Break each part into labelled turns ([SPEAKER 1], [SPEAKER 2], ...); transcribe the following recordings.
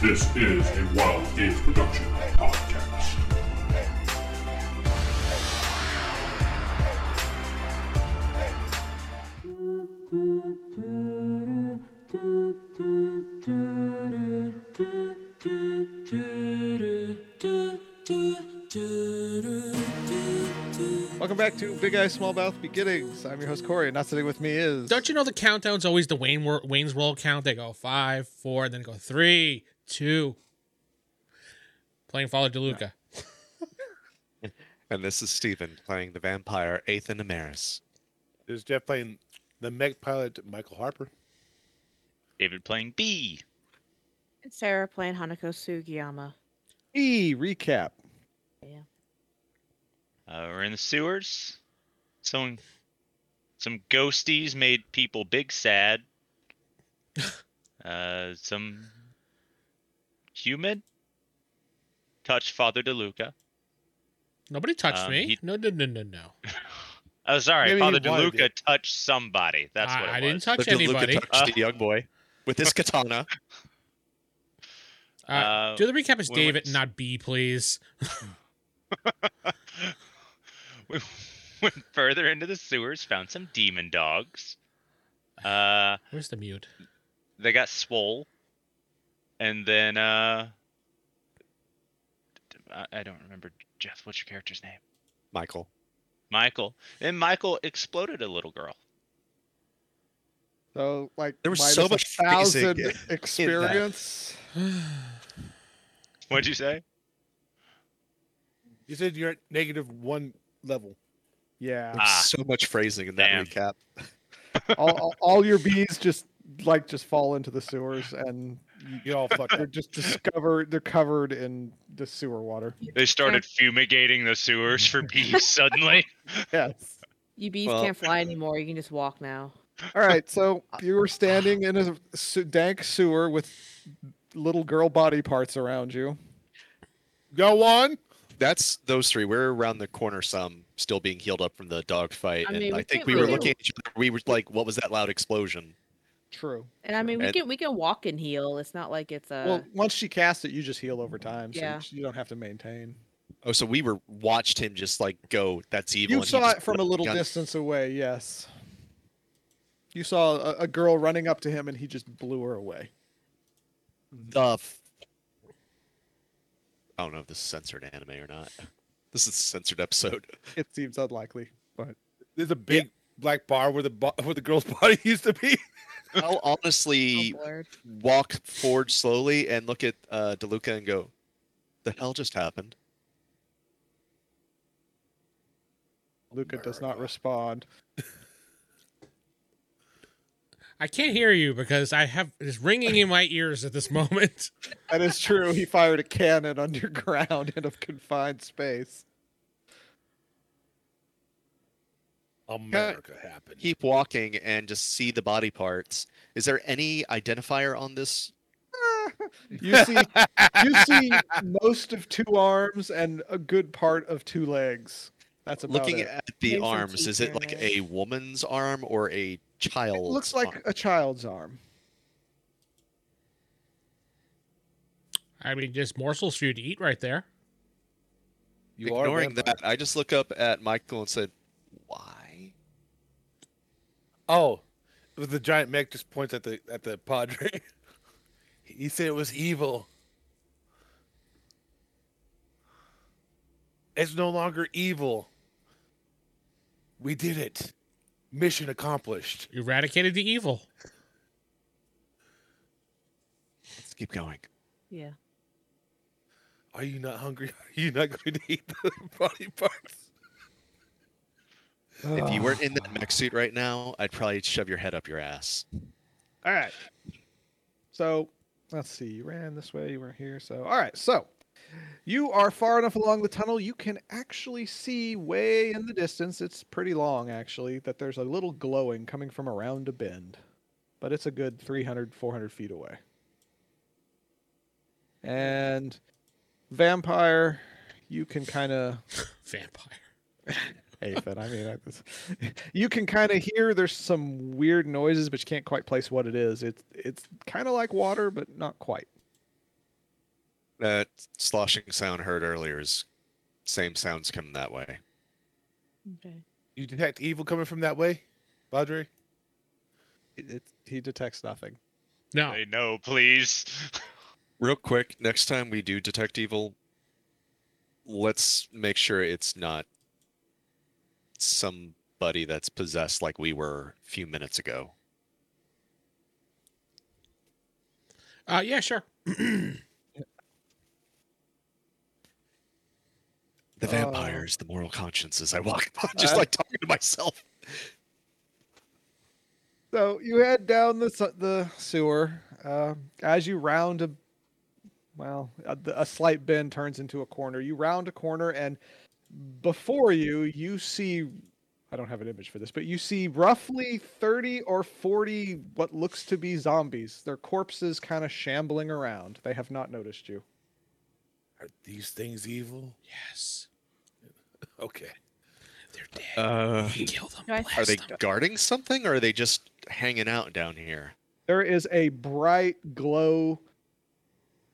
[SPEAKER 1] This is a Wild Game Production podcast.
[SPEAKER 2] Welcome back to Big Eyes Small Mouth Beginnings. I'm your host Corey, and not sitting with me is
[SPEAKER 3] Don't you know the countdown's always the Wayne Wor- Wayne's World count? They go five, four, then go three, two. Playing Father DeLuca.
[SPEAKER 4] And this is Steven playing the vampire Ethan Amaris.
[SPEAKER 5] There's Jeff playing the Meg pilot Michael Harper.
[SPEAKER 6] David playing B.
[SPEAKER 7] Sarah playing Hanako Sugiyama.
[SPEAKER 2] E recap.
[SPEAKER 6] Uh, we're in the sewers. Some some ghosties made people big sad. uh, some human touched Father DeLuca.
[SPEAKER 3] Nobody touched
[SPEAKER 6] Um,
[SPEAKER 3] me.
[SPEAKER 6] he-
[SPEAKER 3] no, no, no, no, no.
[SPEAKER 6] Oh, sorry,
[SPEAKER 5] Maybe he
[SPEAKER 6] Father
[SPEAKER 5] wanted
[SPEAKER 6] DeLuca
[SPEAKER 5] it.
[SPEAKER 6] touched somebody. That's
[SPEAKER 3] I,
[SPEAKER 6] what it
[SPEAKER 3] I
[SPEAKER 6] was.
[SPEAKER 3] didn't touch
[SPEAKER 4] Look at Luca
[SPEAKER 3] anybody.
[SPEAKER 4] touched
[SPEAKER 2] Ah.
[SPEAKER 4] the young boy with his katana.
[SPEAKER 3] Uh,
[SPEAKER 6] Uh,
[SPEAKER 3] do the recap is
[SPEAKER 6] when we-
[SPEAKER 3] David, not B, please.
[SPEAKER 6] we went further into the sewers, found some demon dogs. Uh,
[SPEAKER 3] Where's the mute?
[SPEAKER 6] they got swole and then uh I, I don't remember jeff what's your character's name
[SPEAKER 4] Michael.
[SPEAKER 6] michael and michael exploded a little girl
[SPEAKER 2] So like
[SPEAKER 4] There was
[SPEAKER 2] minus
[SPEAKER 4] so
[SPEAKER 2] a
[SPEAKER 4] much
[SPEAKER 2] thousand
[SPEAKER 4] phasing in
[SPEAKER 2] experience.
[SPEAKER 6] what'd you say
[SPEAKER 5] You said you're at negative one level.
[SPEAKER 2] Yeah,
[SPEAKER 6] Ah.
[SPEAKER 4] so much phrasing in that
[SPEAKER 6] Damn.
[SPEAKER 4] recap.
[SPEAKER 2] all, all, all your bees just like just fall into the sewers, and
[SPEAKER 5] You all fucked
[SPEAKER 2] they're
[SPEAKER 5] up.
[SPEAKER 2] just discovered. They're covered in the sewer water.
[SPEAKER 6] they started fumigating the sewers for bees suddenly
[SPEAKER 2] Yes.
[SPEAKER 7] You bees
[SPEAKER 4] Well-
[SPEAKER 7] can't fly anymore. You can just walk now.
[SPEAKER 2] All right. So you were standing in a se- dank sewer with little girl body parts around you.
[SPEAKER 5] Go on.
[SPEAKER 4] That's those three. We're around the corner some, still being healed up from the dog fight.
[SPEAKER 7] I
[SPEAKER 4] and
[SPEAKER 7] mean,
[SPEAKER 4] I
[SPEAKER 7] we
[SPEAKER 4] think
[SPEAKER 7] can't
[SPEAKER 4] we were
[SPEAKER 7] really-
[SPEAKER 4] looking at each other. We were like, what was that loud explosion?
[SPEAKER 2] True.
[SPEAKER 7] And I mean, we
[SPEAKER 4] And-
[SPEAKER 7] can we can walk and heal. It's not like it's
[SPEAKER 4] Uh,
[SPEAKER 7] uh, a.
[SPEAKER 2] well, once she casts it, you just heal over time, so you
[SPEAKER 7] yeah.
[SPEAKER 2] sh- you don't have to maintain.
[SPEAKER 4] Oh, so we were watched him just like go, that's evil.
[SPEAKER 2] You
[SPEAKER 4] and he
[SPEAKER 2] saw
[SPEAKER 4] just
[SPEAKER 2] it from
[SPEAKER 4] put
[SPEAKER 2] a
[SPEAKER 4] up
[SPEAKER 2] little
[SPEAKER 4] gun.
[SPEAKER 2] distance away, yes. You saw a, a girl running up to him and he just blew her away.
[SPEAKER 4] The f- I don't know if this is censored anime or not. This is a censored episode.
[SPEAKER 2] It seems unlikely.
[SPEAKER 5] There's a big black bar where the bo- where the girl's body used to be.
[SPEAKER 4] I'll
[SPEAKER 7] oh,
[SPEAKER 4] honestly
[SPEAKER 7] Lord.
[SPEAKER 4] walk forward slowly and look at uh, Deluca and go, "The hell just happened?"
[SPEAKER 2] Luca does not respond.
[SPEAKER 3] I can't hear you because I have it's ringing in my ears at this moment.
[SPEAKER 2] That is true. He fired a cannon underground in a confined space.
[SPEAKER 5] America happened.
[SPEAKER 4] Keep walking and just see the body parts. Is there any identifier on this?
[SPEAKER 2] You see you see most of two arms and a good part of two legs. That's about
[SPEAKER 4] Looking
[SPEAKER 2] it.
[SPEAKER 4] at the
[SPEAKER 7] Jason
[SPEAKER 4] arms, is it
[SPEAKER 7] Teacher.
[SPEAKER 4] like a woman's arm or a
[SPEAKER 2] it
[SPEAKER 4] child's?
[SPEAKER 2] looks like
[SPEAKER 4] arm?
[SPEAKER 2] a child's arm.
[SPEAKER 3] I mean, just morsels for you to eat right there.
[SPEAKER 5] you are a
[SPEAKER 4] ignoring
[SPEAKER 5] vampire.
[SPEAKER 4] that. I just look up at Michael and said, "Why?"
[SPEAKER 5] Oh, it was the giant Meg just points at the at the Padre. he said it was evil. It's no longer evil. We did it. Mission accomplished.
[SPEAKER 3] Eradicated the evil.
[SPEAKER 4] Let's keep going.
[SPEAKER 7] yeah.
[SPEAKER 5] Are you not hungry? Are you not going to eat the body parts?
[SPEAKER 4] If you weren't in that mech suit right now, I'd probably shove your head up your ass.
[SPEAKER 2] All right. So let's see. You ran this way. You were here. So all right. So you are far enough along the tunnel. You can actually see way in the distance. It's pretty long, actually. That there's a little glowing coming from around a bend, but it's a good 300, 400 feet away. And vampire, you can kind of
[SPEAKER 3] Vampire.
[SPEAKER 2] Aphid. I mean, I, this, you can kind of hear there's some weird noises, but you can't quite place what it is. It's it's kind of like water, but not quite.
[SPEAKER 4] That sloshing sound heard earlier is same sounds coming that way.
[SPEAKER 7] Okay.
[SPEAKER 5] You detect evil coming from that way, Padre?
[SPEAKER 2] It, it, he detects nothing.
[SPEAKER 3] No.
[SPEAKER 6] Say no, please.
[SPEAKER 4] Real quick, next time we do detect evil, let's make sure it's not somebody that's possessed like we were a few minutes ago.
[SPEAKER 3] Uh, yeah, sure.
[SPEAKER 4] The
[SPEAKER 2] Oh.
[SPEAKER 4] vampires, the moral consciences. I walk just like talking to myself.
[SPEAKER 2] So you head down the su- the sewer. Uh, as you round a, well, a, the- a slight bend turns into a corner. You round a corner, and before you, you see. I don't have an image for this, but you see roughly thirty or forty what looks to be zombies. Their corpses kind of shambling around. They have not noticed you.
[SPEAKER 5] Are these things evil?
[SPEAKER 3] Yes.
[SPEAKER 5] Okay.
[SPEAKER 3] They're dead.
[SPEAKER 4] Uh,
[SPEAKER 3] Kill them.
[SPEAKER 7] Do I-
[SPEAKER 3] blast
[SPEAKER 4] are they
[SPEAKER 3] them.
[SPEAKER 4] guarding something or are they just hanging out down here?
[SPEAKER 2] There is a bright glow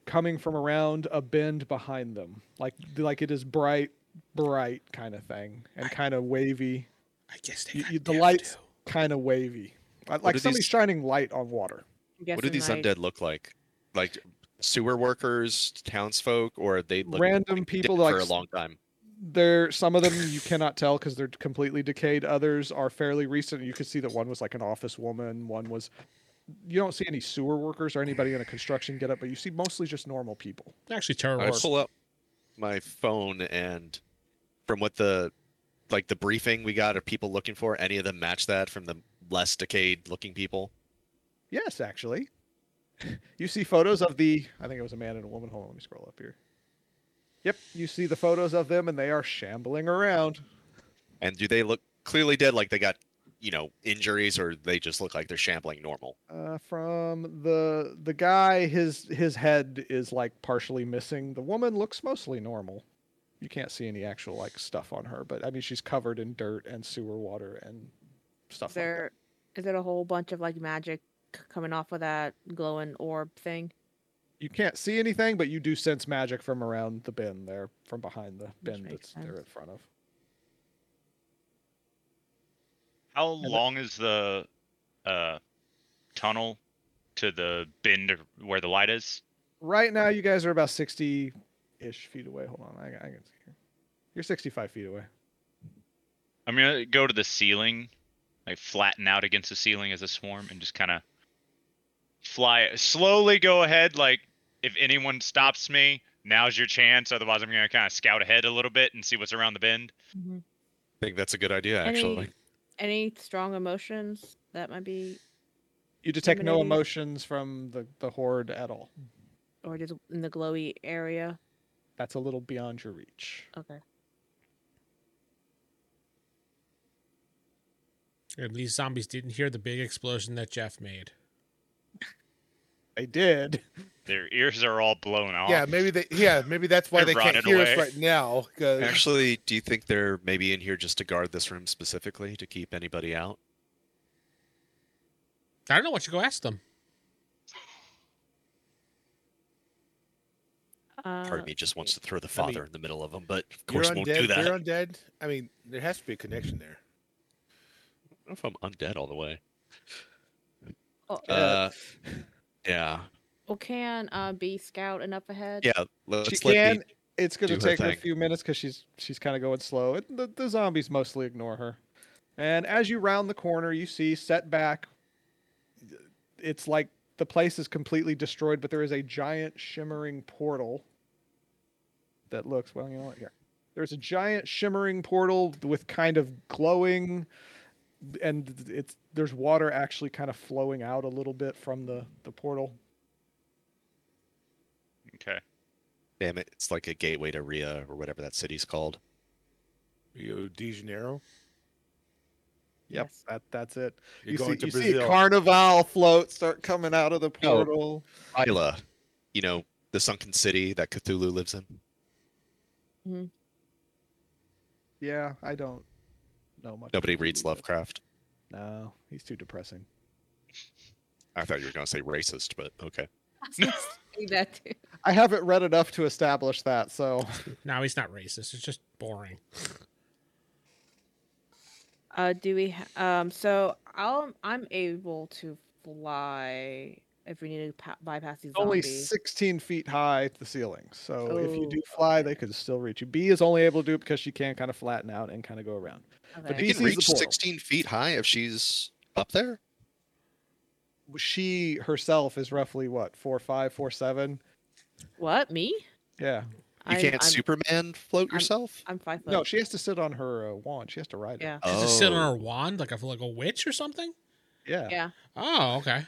[SPEAKER 2] coming from around a bend behind them. Like like it is bright, bright kind of thing, and kind of wavy,
[SPEAKER 3] I guess they
[SPEAKER 2] you-
[SPEAKER 3] got
[SPEAKER 2] you- the
[SPEAKER 3] death,
[SPEAKER 2] lights-
[SPEAKER 3] too.
[SPEAKER 2] kind of wavy. Like like
[SPEAKER 4] do
[SPEAKER 2] somebody's
[SPEAKER 4] these-
[SPEAKER 2] shining light on water.
[SPEAKER 7] I'm
[SPEAKER 4] What do
[SPEAKER 7] guessing,
[SPEAKER 4] these
[SPEAKER 7] like,
[SPEAKER 4] undead look like? Like sewer workers, townsfolk, or are they look
[SPEAKER 2] Random
[SPEAKER 4] like
[SPEAKER 2] people
[SPEAKER 4] dead
[SPEAKER 2] like
[SPEAKER 4] for a
[SPEAKER 2] s-
[SPEAKER 4] long time?
[SPEAKER 2] There, some of them you cannot tell because they're completely decayed. Others are fairly recent. You could see that one was like an office woman. One was. You don't see any sewer workers or anybody in a construction getup, but you see mostly just normal people.
[SPEAKER 3] Actually, terror
[SPEAKER 4] I
[SPEAKER 3] works.
[SPEAKER 4] pull up my phone and from what the like the briefing we got of people looking for, any of them match that from the less decayed looking people?
[SPEAKER 2] Yes, actually. You see photos of the I think it was a man and a woman. Hold on, let me scroll up here. Yep, you see the photos of them and they are shambling around.
[SPEAKER 4] And do they look clearly dead like they got, you know, injuries or they just look like they're shambling normal?
[SPEAKER 2] Uh, from the the guy, his his head is like partially missing. The woman looks mostly normal. You can't see any actual like stuff on her, but I mean she's covered in dirt and sewer water and
[SPEAKER 7] Is
[SPEAKER 2] stuff like that.
[SPEAKER 7] there is there a whole bunch of like magic c- coming off of that glowing orb thing?
[SPEAKER 2] You can't see anything, but you do sense magic from around the bin there, from behind the bin
[SPEAKER 7] makes
[SPEAKER 2] that's there
[SPEAKER 7] sense.
[SPEAKER 2] in front of.
[SPEAKER 6] How long is the uh, tunnel to the bend of where the light is?
[SPEAKER 2] right now you guys are about 60 ish feet away hold on I, I can see here you're 65 feet away
[SPEAKER 6] I'm gonna go to the ceiling, like flatten out against the ceiling as a swarm, and just kind of fly slowly. Go ahead, like if anyone stops me, now's your chance. Otherwise, I'm gonna kind of scout ahead a little bit and see what's around the bend.
[SPEAKER 4] I think that's a good idea actually.
[SPEAKER 7] Any any strong emotions that might be,
[SPEAKER 2] you detect no
[SPEAKER 7] Intimidating.
[SPEAKER 2] emotions from the, the horde at all
[SPEAKER 7] or just in the glowy area?
[SPEAKER 2] that's a little beyond your reach
[SPEAKER 7] Okay.
[SPEAKER 3] And these zombies didn't hear the big explosion that Jeff made.
[SPEAKER 2] i did
[SPEAKER 6] Their ears are all blown off.
[SPEAKER 5] Yeah, maybe they. Yeah, maybe that's why
[SPEAKER 6] They're
[SPEAKER 5] they can't
[SPEAKER 6] rotted
[SPEAKER 5] hear
[SPEAKER 6] away.
[SPEAKER 5] us right now. 'cause-
[SPEAKER 4] Actually, do you think they're maybe in here just to guard this room specifically to keep anybody out?
[SPEAKER 3] I don't know what you go ask them.
[SPEAKER 4] Part
[SPEAKER 7] Uh,
[SPEAKER 4] of me just wants to throw the
[SPEAKER 5] I mean,
[SPEAKER 4] father in the middle of them, but of
[SPEAKER 5] you're
[SPEAKER 4] course won't
[SPEAKER 5] undead.
[SPEAKER 4] do that.
[SPEAKER 5] You're undead. I mean, there has to be a connection there.
[SPEAKER 4] I don't know if I'm undead all the way.
[SPEAKER 7] oh,
[SPEAKER 4] Uh, yeah,
[SPEAKER 7] well, can uh, B scout and up ahead?
[SPEAKER 4] yeah. Let's
[SPEAKER 2] she
[SPEAKER 4] let
[SPEAKER 2] can
[SPEAKER 4] me-
[SPEAKER 2] it's going to
[SPEAKER 4] do her
[SPEAKER 2] take her a
[SPEAKER 4] thing.
[SPEAKER 2] few minutes because she's she's kind of going slow and the, the zombies mostly ignore her and as you round the corner you see set back it's like the place is completely destroyed but there is a giant shimmering portal that looks well you know what here there's a giant shimmering portal with kind of glowing and it's there's water actually kind of flowing out a little bit from the the portal
[SPEAKER 6] Okay.
[SPEAKER 4] Damn it! It's like a gateway to Ria or whatever that city's called.
[SPEAKER 5] Rio de Janeiro.
[SPEAKER 2] yep
[SPEAKER 7] Yes.
[SPEAKER 2] that that's it
[SPEAKER 5] You're
[SPEAKER 2] you
[SPEAKER 5] going
[SPEAKER 2] see,
[SPEAKER 5] to
[SPEAKER 2] you see
[SPEAKER 5] Brazil.
[SPEAKER 2] carnival floats start coming out of the
[SPEAKER 4] No.
[SPEAKER 2] portal.
[SPEAKER 4] Isla, you know the sunken city that Cthulhu lives in.
[SPEAKER 2] Yeah, I don't know much.
[SPEAKER 4] Nobody
[SPEAKER 2] about
[SPEAKER 4] reads
[SPEAKER 2] Cthulhu,
[SPEAKER 4] Lovecraft.
[SPEAKER 2] but- No, he's too depressing.
[SPEAKER 4] I thought you were going to say racist, but okay.
[SPEAKER 7] Say that too.
[SPEAKER 2] I haven't read enough to establish that, so
[SPEAKER 3] No, he's not racist. It's just boring.
[SPEAKER 7] Uh, do we? Ha- um, so I'll I'm able to fly if we need to pa- bypass these
[SPEAKER 2] only
[SPEAKER 7] zombies.
[SPEAKER 2] 16 feet high at the ceiling. So if you
[SPEAKER 7] Oh,
[SPEAKER 2] do fly, they could still reach you. B is only able to do it because she can kind of flatten out and kind of go around.
[SPEAKER 7] Okay.
[SPEAKER 2] He
[SPEAKER 4] She
[SPEAKER 2] sees the
[SPEAKER 4] can reach
[SPEAKER 2] portal.
[SPEAKER 4] 16 feet high if she's up there.
[SPEAKER 2] She herself is roughly what four five, four seven.
[SPEAKER 7] What me?
[SPEAKER 2] Yeah.
[SPEAKER 4] You
[SPEAKER 7] I'm,
[SPEAKER 4] can't
[SPEAKER 7] I'm,
[SPEAKER 4] Superman float
[SPEAKER 7] I'm-
[SPEAKER 4] yourself.
[SPEAKER 7] I'm five foot.
[SPEAKER 2] No, she has to sit on her uh, wand. She has to ride
[SPEAKER 7] yeah.
[SPEAKER 3] Does it
[SPEAKER 4] Oh.
[SPEAKER 3] sit on
[SPEAKER 2] Oh.
[SPEAKER 3] her wand like a like a witch or something?
[SPEAKER 2] it. Yeah.
[SPEAKER 7] Yeah.
[SPEAKER 3] Oh, okay.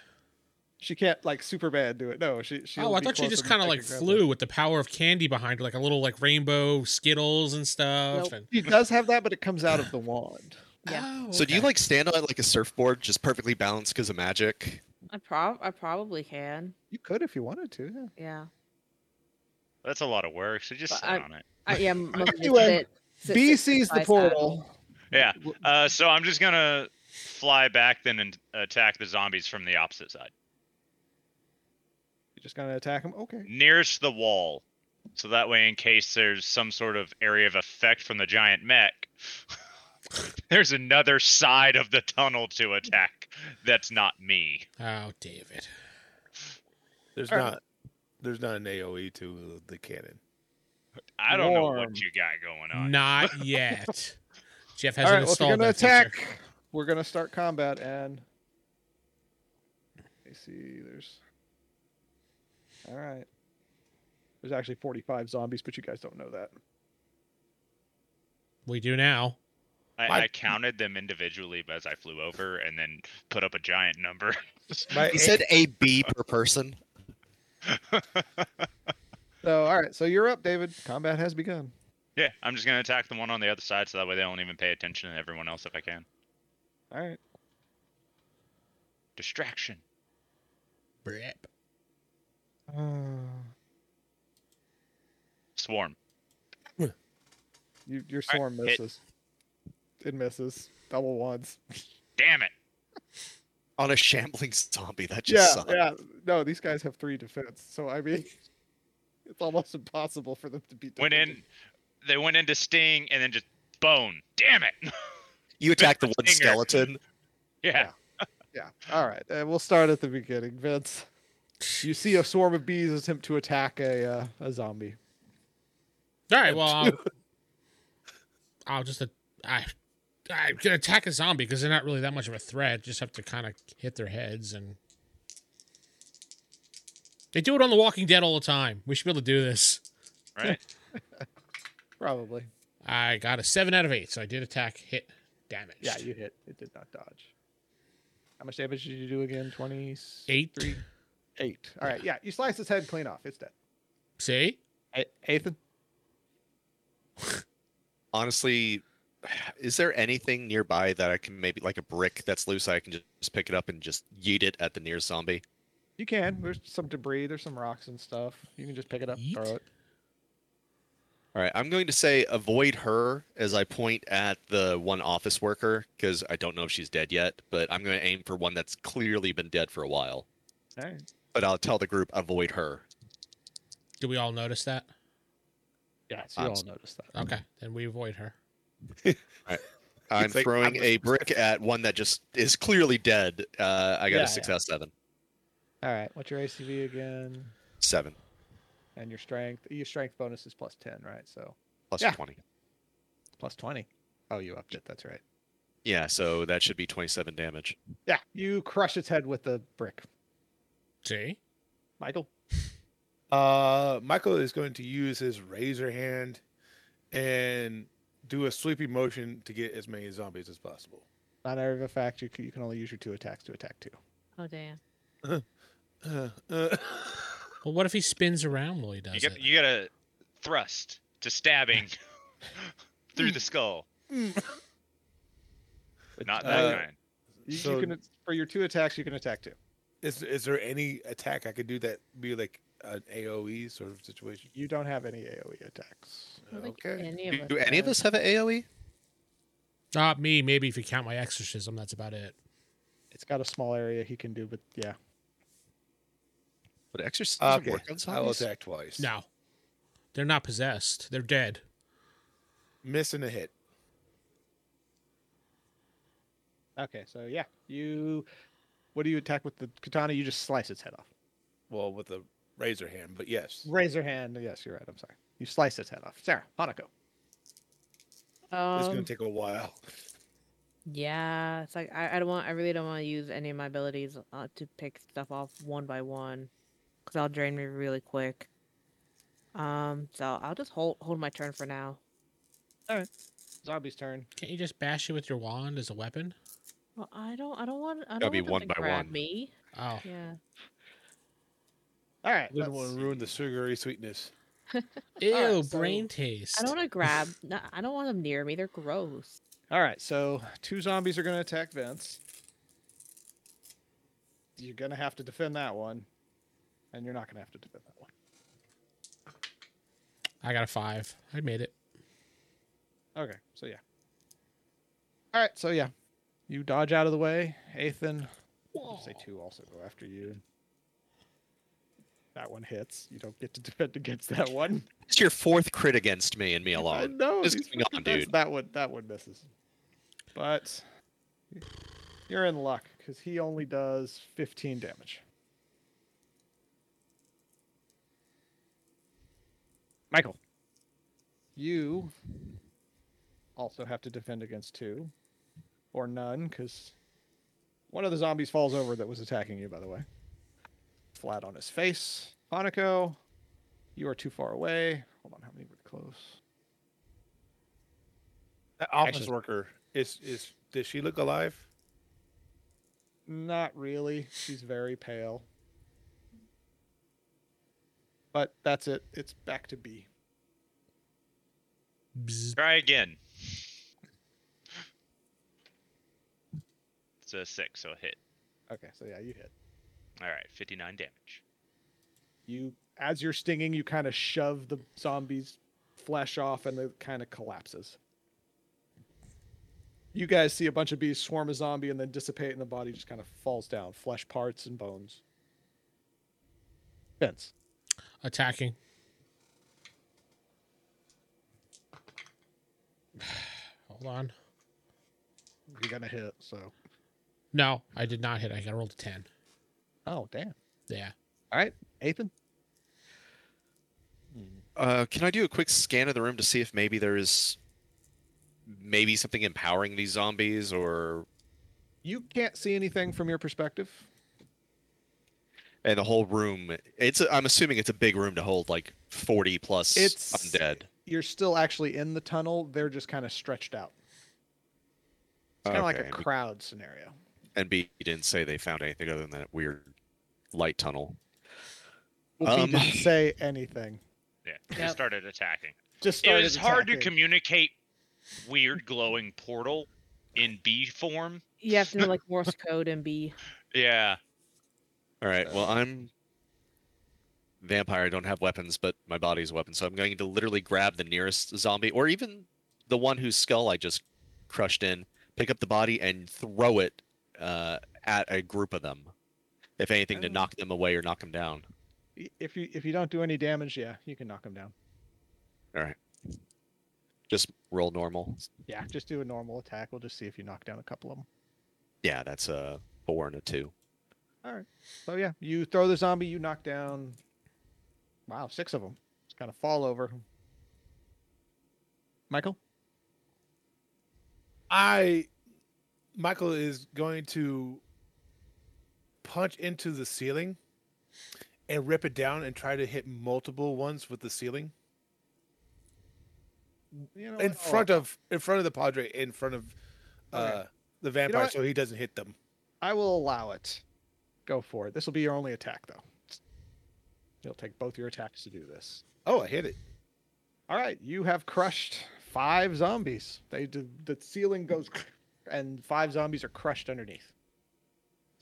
[SPEAKER 2] She can't like Superman do it. No, she. she
[SPEAKER 3] oh, I thought she just kind of like flew with the power of candy behind her, like a little like rainbow skittles and stuff.
[SPEAKER 7] Nope.
[SPEAKER 3] And
[SPEAKER 2] She does have that, but it comes out of the wand.
[SPEAKER 7] Yeah.
[SPEAKER 3] Oh,
[SPEAKER 4] So do you
[SPEAKER 3] okay.
[SPEAKER 4] like stand on it like a surfboard, just perfectly balanced because of magic?
[SPEAKER 7] I prob I probably can.
[SPEAKER 2] You could if you wanted to. Yeah.
[SPEAKER 7] Yeah.
[SPEAKER 6] That's a lot of work. So just
[SPEAKER 7] But
[SPEAKER 6] sit
[SPEAKER 7] I-
[SPEAKER 6] on it.
[SPEAKER 7] I, yeah. Most of
[SPEAKER 2] Anyway,
[SPEAKER 7] it. sit-
[SPEAKER 2] B
[SPEAKER 7] sit
[SPEAKER 2] sees the
[SPEAKER 7] beside
[SPEAKER 2] portal.
[SPEAKER 6] Yeah.
[SPEAKER 2] W-
[SPEAKER 6] Uh, so I'm just gonna fly back then and attack the zombies from the opposite side,
[SPEAKER 2] You're just gonna attack him. Okay.
[SPEAKER 6] nearest the wall. So that way, in case there's some sort of area of effect from the giant mech, there's another side of the tunnel to attack. That's not me.
[SPEAKER 3] Oh, David.
[SPEAKER 5] There's
[SPEAKER 2] Alright.
[SPEAKER 5] not there's not an AoE to the cannon.
[SPEAKER 6] I don't know
[SPEAKER 2] Warm.
[SPEAKER 6] what you got going on.
[SPEAKER 3] Not yet. Jeff
[SPEAKER 2] All right.
[SPEAKER 3] hasn't
[SPEAKER 2] Well, if you're
[SPEAKER 3] installed
[SPEAKER 2] gonna
[SPEAKER 3] that feature.
[SPEAKER 2] attack, we're gonna start combat and. I see. There's. All right. There's actually 45 zombies, but you guys don't know that.
[SPEAKER 3] We do now.
[SPEAKER 5] My-
[SPEAKER 6] I, I counted them individually as I flew over, and then put up a giant number.
[SPEAKER 5] My
[SPEAKER 4] He
[SPEAKER 5] A-
[SPEAKER 4] said a B per person.
[SPEAKER 2] So, all right. So you're up, David. Combat has begun.
[SPEAKER 6] yeah, I'm just gonna attack the one on the other side, so that way they don't even pay attention to everyone else if I can.
[SPEAKER 2] All right.
[SPEAKER 6] Distraction.
[SPEAKER 3] Brep.
[SPEAKER 2] Uh,
[SPEAKER 6] Swarm.
[SPEAKER 2] You, your
[SPEAKER 6] Alright,
[SPEAKER 2] swarm
[SPEAKER 6] hit.
[SPEAKER 2] misses. It misses. Double ones.
[SPEAKER 6] Damn it.
[SPEAKER 4] on a shambling zombie. That
[SPEAKER 2] Yeah,
[SPEAKER 4] just sucks.
[SPEAKER 2] yeah. No, these guys have three defense, so I mean, it's almost impossible for them to beat.
[SPEAKER 6] Went in. They went into sting and then just bone. Damn it. yeah.
[SPEAKER 4] You attack the one
[SPEAKER 6] Stinger.
[SPEAKER 4] skeleton.
[SPEAKER 2] Yeah. All right, uh, we'll start at the beginning, Vince. You see a swarm of bees attempt to attack a uh, a zombie.
[SPEAKER 3] All right. Well, I'll, I'll just. a- I. I can attack a zombie because they're not really that much of a threat. Just have to kind of hit their heads and. They do it on The Walking Dead all the time. We should be able to do this.
[SPEAKER 6] Right.
[SPEAKER 2] Probably.
[SPEAKER 3] I got a seven out of eight, so I did attack, hit, damage.
[SPEAKER 2] Yeah, you hit. It did not dodge. How much damage did you do again? Twenty
[SPEAKER 3] eight.
[SPEAKER 2] Eight. All right. Yeah, you slice his head clean off. It's dead.
[SPEAKER 3] See,
[SPEAKER 2] Ethan.
[SPEAKER 4] Honestly, is there anything nearby that I can maybe like a brick that's loose? I can just pick it up and just yeet it at the nearest zombie.
[SPEAKER 2] You can. There's some debris. There's some rocks and stuff. You can just pick it up,
[SPEAKER 3] Yeet.
[SPEAKER 2] throw it.
[SPEAKER 4] All right, I'm going to say avoid her as I point at the one office worker because I don't know if she's dead yet. But I'm going to aim for one that's clearly been dead for a while.
[SPEAKER 2] All right.
[SPEAKER 4] But I'll tell the group avoid her.
[SPEAKER 3] do we all notice that?
[SPEAKER 2] Yeah,
[SPEAKER 4] you
[SPEAKER 2] you
[SPEAKER 4] all
[SPEAKER 2] all noticed that.
[SPEAKER 3] Okay, then we avoid her.
[SPEAKER 4] I'm
[SPEAKER 5] like,
[SPEAKER 4] throwing
[SPEAKER 5] I'm-
[SPEAKER 4] a brick at one that just is clearly dead. Uh, I got
[SPEAKER 2] Yeah, yeah.
[SPEAKER 4] a success seven,
[SPEAKER 2] All right. What's your ACV again?
[SPEAKER 4] seven
[SPEAKER 2] And your strength. Your strength bonus is plus ten, right? So
[SPEAKER 4] plus
[SPEAKER 2] Yeah.
[SPEAKER 4] twenty.
[SPEAKER 2] plus twenty. Oh, you upped it. That's right.
[SPEAKER 4] Yeah, so that should be 27 damage.
[SPEAKER 2] Yeah. You crush its head with the brick,
[SPEAKER 3] See,
[SPEAKER 2] Michael.
[SPEAKER 5] Uh, Michael is going to use his razor hand and do a sweepy motion to get as many zombies as possible.
[SPEAKER 2] Not out of a fact, you can, you can only use your two attacks to attack two.
[SPEAKER 7] Oh damn.
[SPEAKER 5] Uh, uh,
[SPEAKER 3] well, what if he spins around while he does
[SPEAKER 6] You
[SPEAKER 3] it?
[SPEAKER 6] got, you got to thrust to stabbing through the skull. Not that
[SPEAKER 5] Uh,
[SPEAKER 6] kind.
[SPEAKER 2] You,
[SPEAKER 5] So-
[SPEAKER 2] you can for your two attacks, you can attack two.
[SPEAKER 5] is is there any attack I could do that be like an AOE sort of situation?
[SPEAKER 2] You don't have any AOE attacks.
[SPEAKER 7] I don't think
[SPEAKER 5] Okay.
[SPEAKER 7] Any of
[SPEAKER 4] Do,
[SPEAKER 7] us
[SPEAKER 4] do any of
[SPEAKER 7] does.
[SPEAKER 4] us have an E? AoE?
[SPEAKER 3] Not me. Maybe if you count my exorcism, that's about it.
[SPEAKER 2] It's got a small area he can do, but yeah.
[SPEAKER 4] Would exercise
[SPEAKER 5] Okay,
[SPEAKER 4] work on
[SPEAKER 5] I will
[SPEAKER 4] zombies?
[SPEAKER 5] attack twice.
[SPEAKER 3] No. They're not possessed. They're dead.
[SPEAKER 5] missing a hit.
[SPEAKER 2] Okay, so yeah, you. What do you attack with the katana? You just slice its head off.
[SPEAKER 5] Well, with the razor hand, but yes.
[SPEAKER 2] Razor hand. Yes, you're right. I'm sorry. You slice its head off. Sarah, Hanako.
[SPEAKER 5] It's
[SPEAKER 7] Um,
[SPEAKER 5] gonna take a while.
[SPEAKER 7] yeah, it's like I, I don't want. I really don't want to use any of my abilities uh, to pick stuff off one by one, because I'll drain me really quick. Um, so I'll just hold hold my turn for now.
[SPEAKER 2] Zombie's turn.
[SPEAKER 3] Can't you just bash it with your wand as a weapon?
[SPEAKER 7] Well, I don't. I don't want. I
[SPEAKER 4] Gotta
[SPEAKER 7] don't
[SPEAKER 4] be
[SPEAKER 7] want them
[SPEAKER 4] one
[SPEAKER 7] to
[SPEAKER 4] by
[SPEAKER 7] grab
[SPEAKER 4] one.
[SPEAKER 7] me.
[SPEAKER 3] Oh.
[SPEAKER 7] Yeah.
[SPEAKER 2] All right.
[SPEAKER 5] Didn't want
[SPEAKER 2] let's-
[SPEAKER 5] to ruin the sugary sweetness.
[SPEAKER 3] Ew,
[SPEAKER 2] Alright, so-
[SPEAKER 3] brain taste.
[SPEAKER 7] I don't want to grab. no, I don't want them near me. They're gross.
[SPEAKER 2] All right, so two zombies are going to attack Vince. You're going to have to defend that one, and you're not going to have to defend that one.
[SPEAKER 3] I got a five. I made it.
[SPEAKER 2] Okay, so yeah. All right, so yeah, you dodge out of the way. Ethan, I'll say two also go after you. That one hits. You don't get to defend against that one.
[SPEAKER 4] It's your fourth crit against me and me
[SPEAKER 2] I
[SPEAKER 4] alone.
[SPEAKER 2] know.
[SPEAKER 4] Just
[SPEAKER 2] these
[SPEAKER 4] hang on,
[SPEAKER 2] freaking dice-
[SPEAKER 4] dude.
[SPEAKER 2] That one, that one misses. But you're in luck because he only does 15 damage. Michael, you also have to defend against two or none because one of the zombies falls over that was attacking you, by the way. Flat on his face. Hanako, you are too far away. Hold on, how many were close?
[SPEAKER 5] That office
[SPEAKER 2] Actually-
[SPEAKER 5] worker is is does she look alive?
[SPEAKER 2] Not really. She's very pale. But that's it. It's back to B.
[SPEAKER 3] Bzz.
[SPEAKER 6] Try again. It's a six, so a hit.
[SPEAKER 2] Okay, so yeah, you hit.
[SPEAKER 6] All right, 59 damage.
[SPEAKER 2] You as you're stinging, you kind of shove the zombie's flesh off and it kind of collapses. You guys see a bunch of bees swarm a zombie and then dissipate and the body just kind of falls down, flesh parts and bones. Fence.
[SPEAKER 3] Attacking. Hold on.
[SPEAKER 2] You're gonna hit, so
[SPEAKER 3] No, I did not hit. I got rolled a 10.
[SPEAKER 2] Oh damn.
[SPEAKER 3] Yeah.
[SPEAKER 2] All right, Ethan.
[SPEAKER 4] Uh, can I do a quick scan of the room to see if maybe there's maybe something empowering these zombies or
[SPEAKER 2] You can't see anything from your perspective.
[SPEAKER 4] and the whole room? It's a, I'm assuming it's a big room to hold like 40 plus
[SPEAKER 2] It's-
[SPEAKER 4] undead.
[SPEAKER 2] you're still actually in the tunnel. They're just kind of stretched out. It's kind of like
[SPEAKER 4] Okay,
[SPEAKER 2] a
[SPEAKER 4] and be-
[SPEAKER 2] crowd scenario.
[SPEAKER 4] And B didn't say they found anything other than that weird light tunnel.
[SPEAKER 2] Well, he
[SPEAKER 4] Um,
[SPEAKER 2] didn't say anything.
[SPEAKER 6] Yeah, just
[SPEAKER 7] Yep.
[SPEAKER 6] started attacking.
[SPEAKER 2] Just
[SPEAKER 6] It
[SPEAKER 2] started
[SPEAKER 6] was hard to
[SPEAKER 2] attacking.
[SPEAKER 6] communicate weird glowing portal in bee form.
[SPEAKER 7] You have to know like Morse code and be.
[SPEAKER 6] Yeah.
[SPEAKER 4] All right. Well, I'm vampire. I don't have weapons, but my body's a weapon. So I'm going to literally grab the nearest zombie, or even the one whose skull I just crushed in, pick up the body and throw it uh, at a group of them. If anything, to
[SPEAKER 2] Oh.
[SPEAKER 4] knock them away or knock them down.
[SPEAKER 2] If you if you don't do any damage, yeah, you can knock him down.
[SPEAKER 4] Just roll normal.
[SPEAKER 2] Yeah, just do a normal attack. We'll just see if you knock down a couple of them.
[SPEAKER 4] Yeah, that's a four and a two.
[SPEAKER 2] So yeah, you throw the zombie, you knock down. Wow, six of them. It's kind of fall over. Michael.
[SPEAKER 5] I Michael is going to punch into the ceiling and rip it down and try to hit multiple ones with the ceiling
[SPEAKER 2] You know
[SPEAKER 5] in
[SPEAKER 2] what? Oh,
[SPEAKER 5] front of in front of the padre in front of uh
[SPEAKER 2] Okay.
[SPEAKER 5] the vampire
[SPEAKER 2] what?
[SPEAKER 5] so he doesn't hit them.
[SPEAKER 2] I will allow it. Go for it. This will be your only attack, though. You'll take both your attacks to do this.
[SPEAKER 5] Oh, I hit it.
[SPEAKER 2] All right, you have crushed five zombies. They d- the ceiling goes, and five zombies are crushed underneath.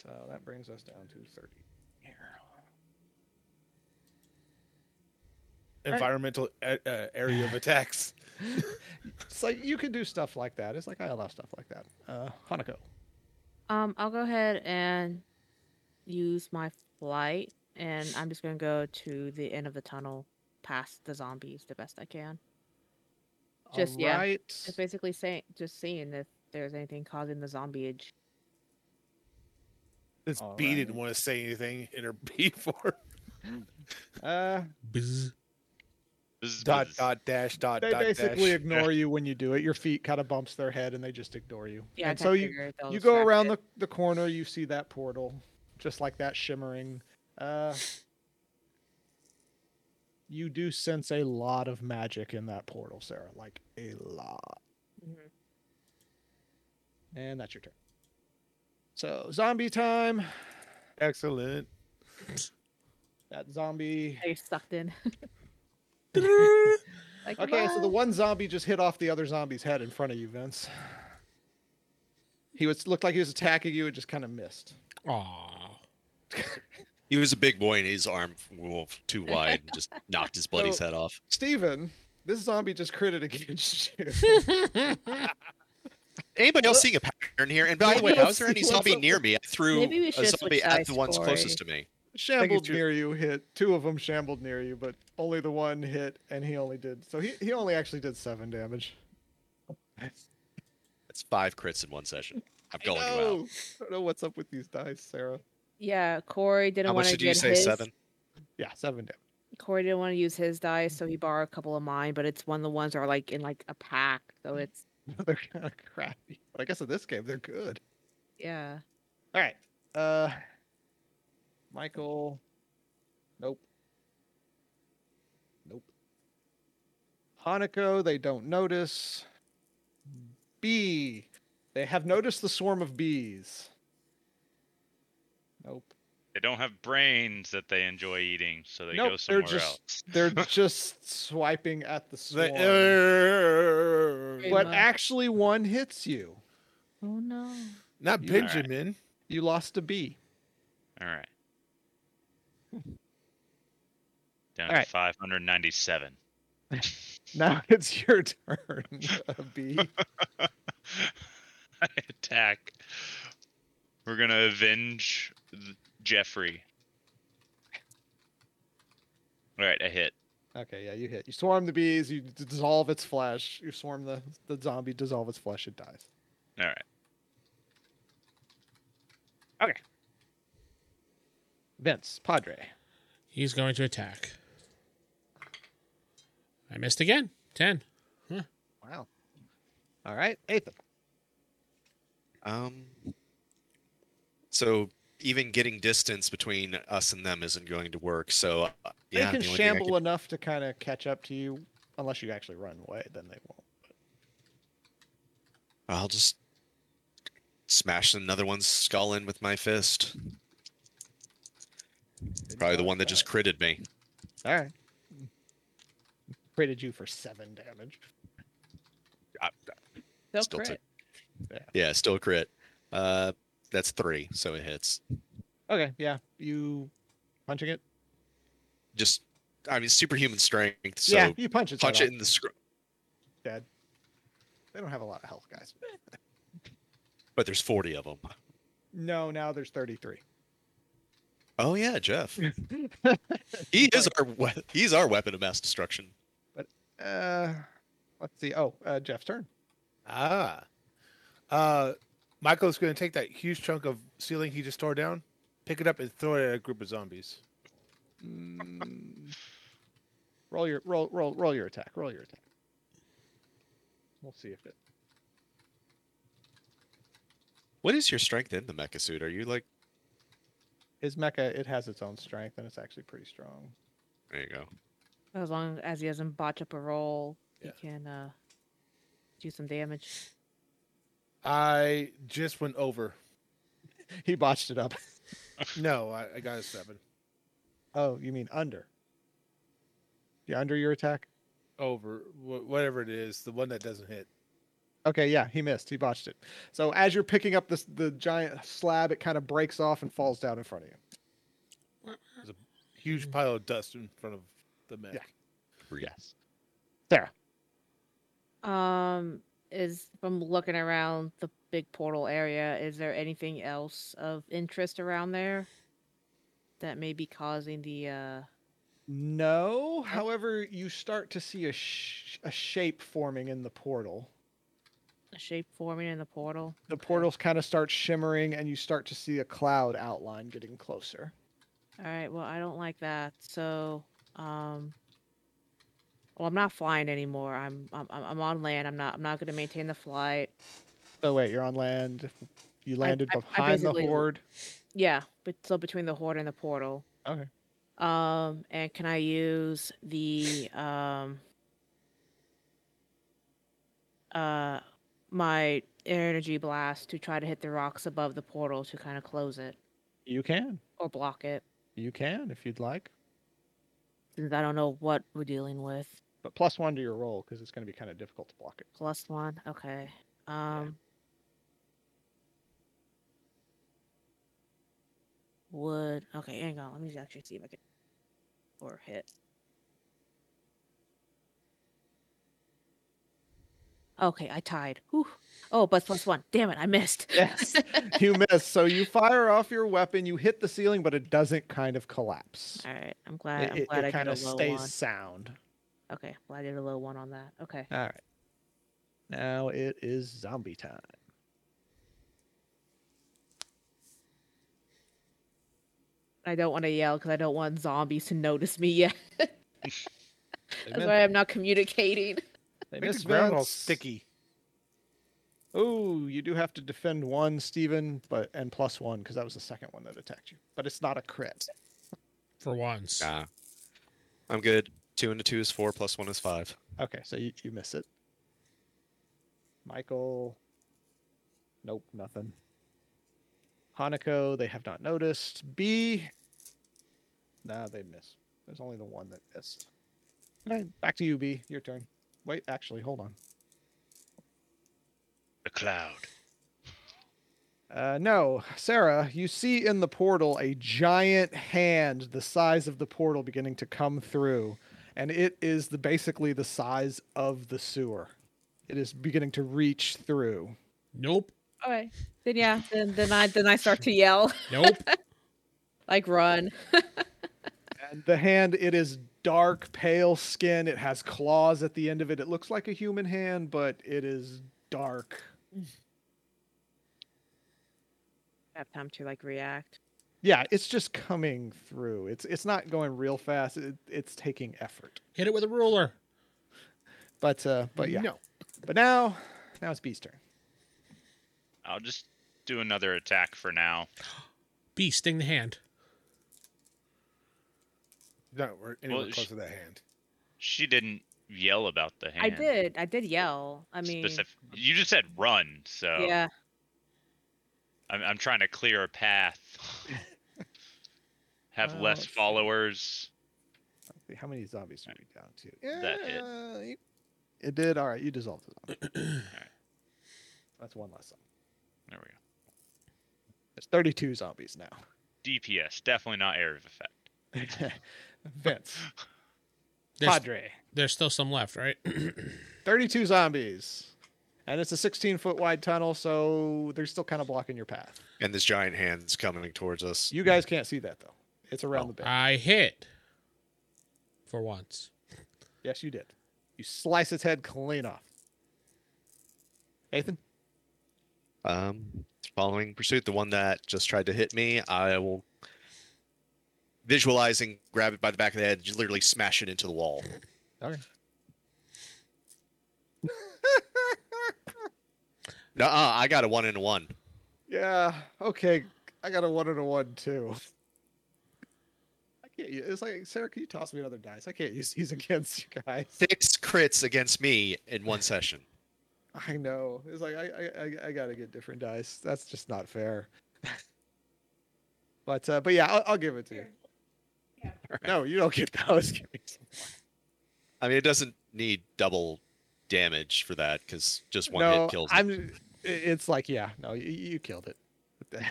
[SPEAKER 2] So that brings us down to thirty. Here. Right.
[SPEAKER 5] Environmental a- uh, area of attacks.
[SPEAKER 2] So you can do stuff like that. It's like I allow stuff like that. Uh, Hanako.
[SPEAKER 7] Um, I'll go ahead and use my flight and I'm just gonna go to the end of the tunnel, past the zombies, the best I can. Just yeah,
[SPEAKER 2] Alright.
[SPEAKER 7] It's basically saying, just seeing if there's anything causing the zombieage.
[SPEAKER 5] This
[SPEAKER 2] All
[SPEAKER 5] bee
[SPEAKER 2] right.
[SPEAKER 5] didn't want to say anything in her bee form.
[SPEAKER 2] Uh,
[SPEAKER 3] Bzz.
[SPEAKER 6] Bzz,
[SPEAKER 5] dot
[SPEAKER 6] bzz.
[SPEAKER 5] dot dash dot
[SPEAKER 2] they
[SPEAKER 5] dot
[SPEAKER 2] basically
[SPEAKER 5] dash.
[SPEAKER 2] ignore you when you do it. Your feet kind of bumps their head, and they just ignore you.
[SPEAKER 7] Yeah, I
[SPEAKER 2] and
[SPEAKER 7] kinda
[SPEAKER 2] so you
[SPEAKER 7] figured they'll
[SPEAKER 2] you go
[SPEAKER 7] distract
[SPEAKER 2] around
[SPEAKER 7] it.
[SPEAKER 2] the, the corner you see that portal just like that shimmering uh you do sense a lot of magic in that portal sarah like a lot
[SPEAKER 7] Mhm.
[SPEAKER 2] and that's your turn so zombie time
[SPEAKER 5] Excellent.
[SPEAKER 2] that zombie
[SPEAKER 7] Are you sucked in? like,
[SPEAKER 2] okay so the
[SPEAKER 7] "Wow."
[SPEAKER 2] one zombie just hit off the other zombie's head in front of you vince he was looked like he was attacking you and just kind of missed
[SPEAKER 3] Aw.
[SPEAKER 4] He was a big boy and his arm was too wide and just knocked his bloody
[SPEAKER 2] So-
[SPEAKER 4] head off.
[SPEAKER 2] steven this zombie just critted against you
[SPEAKER 4] Anybody else seeing a pattern here? And by the way,
[SPEAKER 2] Maybe-
[SPEAKER 4] how is there any zombie near me? I threw
[SPEAKER 7] Maybe we
[SPEAKER 4] a
[SPEAKER 7] should
[SPEAKER 4] zombie
[SPEAKER 7] switch
[SPEAKER 4] at the
[SPEAKER 7] sides,
[SPEAKER 4] ones
[SPEAKER 7] Corey.
[SPEAKER 4] closest to me.
[SPEAKER 2] shambled
[SPEAKER 5] true.
[SPEAKER 2] near you hit two of them shambled near you but only the one hit and he only did so he, he only actually did seven damage
[SPEAKER 4] That's five crits in one session. I'm
[SPEAKER 2] no
[SPEAKER 4] going you out.
[SPEAKER 2] i don't know what's up with these dice sarah
[SPEAKER 7] yeah, Corey didn't
[SPEAKER 4] How
[SPEAKER 7] want
[SPEAKER 4] much
[SPEAKER 7] to
[SPEAKER 4] did you
[SPEAKER 7] get
[SPEAKER 4] say?
[SPEAKER 7] his.
[SPEAKER 4] Seven?
[SPEAKER 2] yeah seven damage
[SPEAKER 7] Corey didn't want to use his dice, so he borrowed a couple of mine. But it's one of the ones that are like in like a pack, so
[SPEAKER 2] Mm.
[SPEAKER 7] it's
[SPEAKER 2] they're kind of crappy but i guess in this game they're good
[SPEAKER 7] yeah.
[SPEAKER 2] all right uh michael nope nope hanako they don't notice bee they have noticed the swarm of bees nope
[SPEAKER 6] They don't have brains that they enjoy eating, so they
[SPEAKER 2] Nope,
[SPEAKER 6] go
[SPEAKER 2] they're
[SPEAKER 6] somewhere
[SPEAKER 2] just-
[SPEAKER 6] else.
[SPEAKER 2] They're just swiping at the swarm.
[SPEAKER 5] The, uh,
[SPEAKER 7] Pretty
[SPEAKER 2] but
[SPEAKER 7] much.
[SPEAKER 2] actually, one hits you.
[SPEAKER 7] Oh no.
[SPEAKER 5] not
[SPEAKER 2] You-
[SPEAKER 5] Benjamin.
[SPEAKER 2] You lost a bee.
[SPEAKER 6] All right. Down
[SPEAKER 2] All right.
[SPEAKER 6] to 597.
[SPEAKER 2] Now it's your turn, a bee.
[SPEAKER 6] Attack. We're going to avenge th- Jeffrey. All right, a hit.
[SPEAKER 2] Okay, yeah, you hit. You swarm the bees. You d- dissolve its flesh. You swarm the the zombie. Dissolve its flesh. It dies.
[SPEAKER 6] All right.
[SPEAKER 2] Vince Padre.
[SPEAKER 3] He's going to attack. I missed again. 10.
[SPEAKER 2] Wow. All right, Ethan.
[SPEAKER 4] Um. So even getting distance between us and them isn't going to work. So uh,
[SPEAKER 2] They
[SPEAKER 4] yeah,
[SPEAKER 2] can
[SPEAKER 4] the only thing I
[SPEAKER 2] shamble enough to kind of catch up to you, unless you actually run away. Then they won't.
[SPEAKER 4] I'll just smash another one's skull in with my fist. Probably the one that just critted me.
[SPEAKER 2] All right. Critted you for seven damage.
[SPEAKER 7] Still
[SPEAKER 4] Still
[SPEAKER 7] crit.
[SPEAKER 4] Yeah, still a crit. Uh, that's three, so it hits.
[SPEAKER 2] Okay, yeah. You punching it?
[SPEAKER 4] Just, I mean, superhuman strength. So
[SPEAKER 2] yeah, you punch it.
[SPEAKER 4] punch it in the scr-
[SPEAKER 2] dead. They don't have a lot of health, guys.
[SPEAKER 4] but there's forty of them.
[SPEAKER 2] No, now there's 33.
[SPEAKER 4] Oh yeah, Jeff. he is our we- he's our weapon of mass destruction.
[SPEAKER 2] Uh, let's see. Oh, uh, Jeff's turn.
[SPEAKER 5] Ah. Uh, Michael's going to take that huge chunk of ceiling he just tore down, pick it up, and throw it at a group of zombies.
[SPEAKER 2] Mm. Roll your roll roll roll your attack. Roll your attack. We'll see if it.
[SPEAKER 4] What is your strength in the mecha suit? Are you like
[SPEAKER 2] His mecha it has its own strength and it's actually pretty strong.
[SPEAKER 4] there you go.
[SPEAKER 7] As long as he doesn't botch up a roll,
[SPEAKER 5] Yeah.
[SPEAKER 7] he can uh do some damage.
[SPEAKER 5] I just went over.
[SPEAKER 2] He botched it up.
[SPEAKER 5] No, I, I got a seven.
[SPEAKER 2] Oh, you mean under? Yeah, under your attack.
[SPEAKER 5] Over. Wh- whatever it is, the one that doesn't hit.
[SPEAKER 2] Okay, yeah, he missed. He botched it. So as you're picking up this the giant slab, it kind of breaks off and falls down in front of you.
[SPEAKER 5] Huge pile of dust in front of the mech.
[SPEAKER 2] Mm-hmm. Yeah.
[SPEAKER 4] Yeah.
[SPEAKER 2] Yes. Sarah.
[SPEAKER 7] Um, is from looking around the big portal area, is there anything else of interest around there? that may be causing the uh
[SPEAKER 2] No. However, you start to see a, sh- a shape forming in the portal.
[SPEAKER 7] shape forming in the portal?
[SPEAKER 2] The portals kind of start shimmering, and you start to see a cloud outline getting closer.
[SPEAKER 7] All right. Well, I don't like that. So, um, well, I'm not flying anymore. I'm I'm I'm I'm on land. I'm not I'm not going to maintain the flight.
[SPEAKER 2] Oh wait, you're on land. You landed
[SPEAKER 7] I- I
[SPEAKER 2] behind the
[SPEAKER 7] basically-
[SPEAKER 2] horde.
[SPEAKER 7] Yeah, but so between the horde and the portal.
[SPEAKER 2] Okay.
[SPEAKER 7] Um, and can I use the um uh my energy blast to try to hit the rocks above the portal to kind of close it
[SPEAKER 2] You can.
[SPEAKER 7] or block it?
[SPEAKER 2] You can if you'd like.
[SPEAKER 7] Since I don't know what we're dealing with.
[SPEAKER 2] But plus one to your roll because it's going to be kind of difficult to block it.
[SPEAKER 7] Plus one. Okay. Um. Would okay. Hang on. Let me actually see if I can or hit. Okay, I tied. Whew. Oh, but plus one. Damn it, I missed.
[SPEAKER 2] Yes. you miss. So you fire off your weapon. You hit the ceiling, but it doesn't kind of collapse.
[SPEAKER 7] All right. I'm glad.
[SPEAKER 2] It-
[SPEAKER 7] I'm
[SPEAKER 2] it
[SPEAKER 7] glad I
[SPEAKER 2] kind
[SPEAKER 7] did a
[SPEAKER 2] of
[SPEAKER 7] low
[SPEAKER 2] stays
[SPEAKER 7] one.
[SPEAKER 2] sound.
[SPEAKER 7] Okay. Well, I did a low one on that. Okay.
[SPEAKER 2] All right. Now it is zombie time.
[SPEAKER 7] I don't want to yell because I don't want zombies to notice me yet.
[SPEAKER 2] They
[SPEAKER 7] That's
[SPEAKER 2] miss-
[SPEAKER 7] why I'm not communicating.
[SPEAKER 2] they
[SPEAKER 5] Make
[SPEAKER 2] miss
[SPEAKER 5] the ground all
[SPEAKER 2] Vince.
[SPEAKER 5] sticky.
[SPEAKER 2] Oh, you do have to defend one, Steven, but and plus one because that was the second one that attacked you. But it's not a crit.
[SPEAKER 3] for once.
[SPEAKER 4] Nah. I'm good. Two into two is four, plus one is five.
[SPEAKER 2] Okay, so you, you miss it. Michael. Nope, nothing. Hanako, they have not noticed. B. Nah, they miss. There's only the one that missed. Okay, back to you, B. Your turn. Wait, actually, hold on.
[SPEAKER 6] The cloud.
[SPEAKER 2] Uh, no, Sarah, you see in the portal a giant hand the size of the portal beginning to come through, and it is the basically the size of the sewer. It is beginning to reach through.
[SPEAKER 3] Nope.
[SPEAKER 7] Okay. Then yeah, then then I then I start to yell,
[SPEAKER 3] Nope.
[SPEAKER 7] like run.
[SPEAKER 2] And the hand, it is dark, pale skin. It has claws at the end of it. It looks like a human hand, but it is dark.
[SPEAKER 7] I have time to like react.
[SPEAKER 2] Yeah, it's just coming through. It's it's not going real fast. It, it's taking effort.
[SPEAKER 3] Hit it with a ruler.
[SPEAKER 2] But uh, but yeah.
[SPEAKER 5] No.
[SPEAKER 2] But now, now it's B's turn.
[SPEAKER 6] I'll just do another attack for now.
[SPEAKER 3] B, sting the hand.
[SPEAKER 5] No, we're anywhere
[SPEAKER 6] Well, sh-
[SPEAKER 5] close to that hand.
[SPEAKER 6] She didn't yell about the hand.
[SPEAKER 7] I did. I did yell. I mean,
[SPEAKER 6] Specif- you just said run, so
[SPEAKER 7] yeah.
[SPEAKER 6] I'm, I'm trying to clear a path. Have
[SPEAKER 2] Well,
[SPEAKER 7] Oh,
[SPEAKER 6] less
[SPEAKER 2] let's see.
[SPEAKER 6] followers.
[SPEAKER 2] See, How many zombies are we down to?
[SPEAKER 6] That hit.
[SPEAKER 2] Yeah, you- It did. All right, you dissolved the zombie.
[SPEAKER 6] right.
[SPEAKER 2] That's one less zombie.
[SPEAKER 6] There we go.
[SPEAKER 2] There's 32 zombies now.
[SPEAKER 6] DPS, definitely not area of effect.
[SPEAKER 2] Vince,
[SPEAKER 3] There's,
[SPEAKER 2] Padre.
[SPEAKER 3] there's still some left, right?
[SPEAKER 2] 32 zombies. And it's a 16 foot wide tunnel, so they're still kind of blocking your path.
[SPEAKER 4] And this giant hand's coming towards us.
[SPEAKER 2] You guys can't see that, though. It's
[SPEAKER 6] Oh,
[SPEAKER 2] around the bend.
[SPEAKER 3] I hit for once.
[SPEAKER 2] yes, you did. You slice its head clean off. Ethan?
[SPEAKER 4] Um, following pursuit, the one that just tried to hit me, I will visualizing, grab it by the back of the head, just literally smash it into the wall.
[SPEAKER 2] Okay.
[SPEAKER 4] Nuh I got a one into one.
[SPEAKER 2] Yeah. Okay. I got a one and a one too. I can't. u- It's like Sarah. Can you toss me another dice? I can't use these against you guys.
[SPEAKER 4] Six crits against me in one session.
[SPEAKER 2] I know. It's like I I, I, I gotta get different dice. That's just not fair. but uh, but yeah, I'll, I'll give it to you. No, you don't get those. Give me some.
[SPEAKER 4] I mean, it doesn't need double damage for that because just one
[SPEAKER 2] no,
[SPEAKER 4] hit kills. it.
[SPEAKER 2] I'm. i- It's like yeah. No, you, you killed it.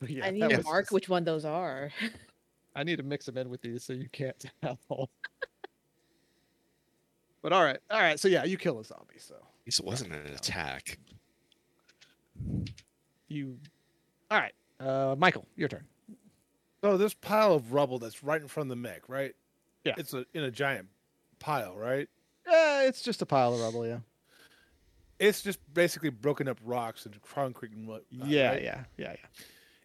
[SPEAKER 2] But yeah,
[SPEAKER 7] I
[SPEAKER 2] that
[SPEAKER 7] need to
[SPEAKER 2] was
[SPEAKER 7] mark
[SPEAKER 2] just-
[SPEAKER 7] which one those are.
[SPEAKER 2] I need to mix them in with these so you can't tell. but all right, all right. So yeah, you kill a zombie. So
[SPEAKER 4] At least it wasn't an attack.
[SPEAKER 2] you, all right. Uh, Michael, your turn.
[SPEAKER 5] So this pile of rubble that's right in front of the mech, right?
[SPEAKER 2] Yeah.
[SPEAKER 5] It's a, in a giant pile, right?
[SPEAKER 2] Uh, it's just a pile of rubble, yeah.
[SPEAKER 5] It's just basically broken up rocks and concrete and what.
[SPEAKER 2] yeah, yeah, yeah, yeah.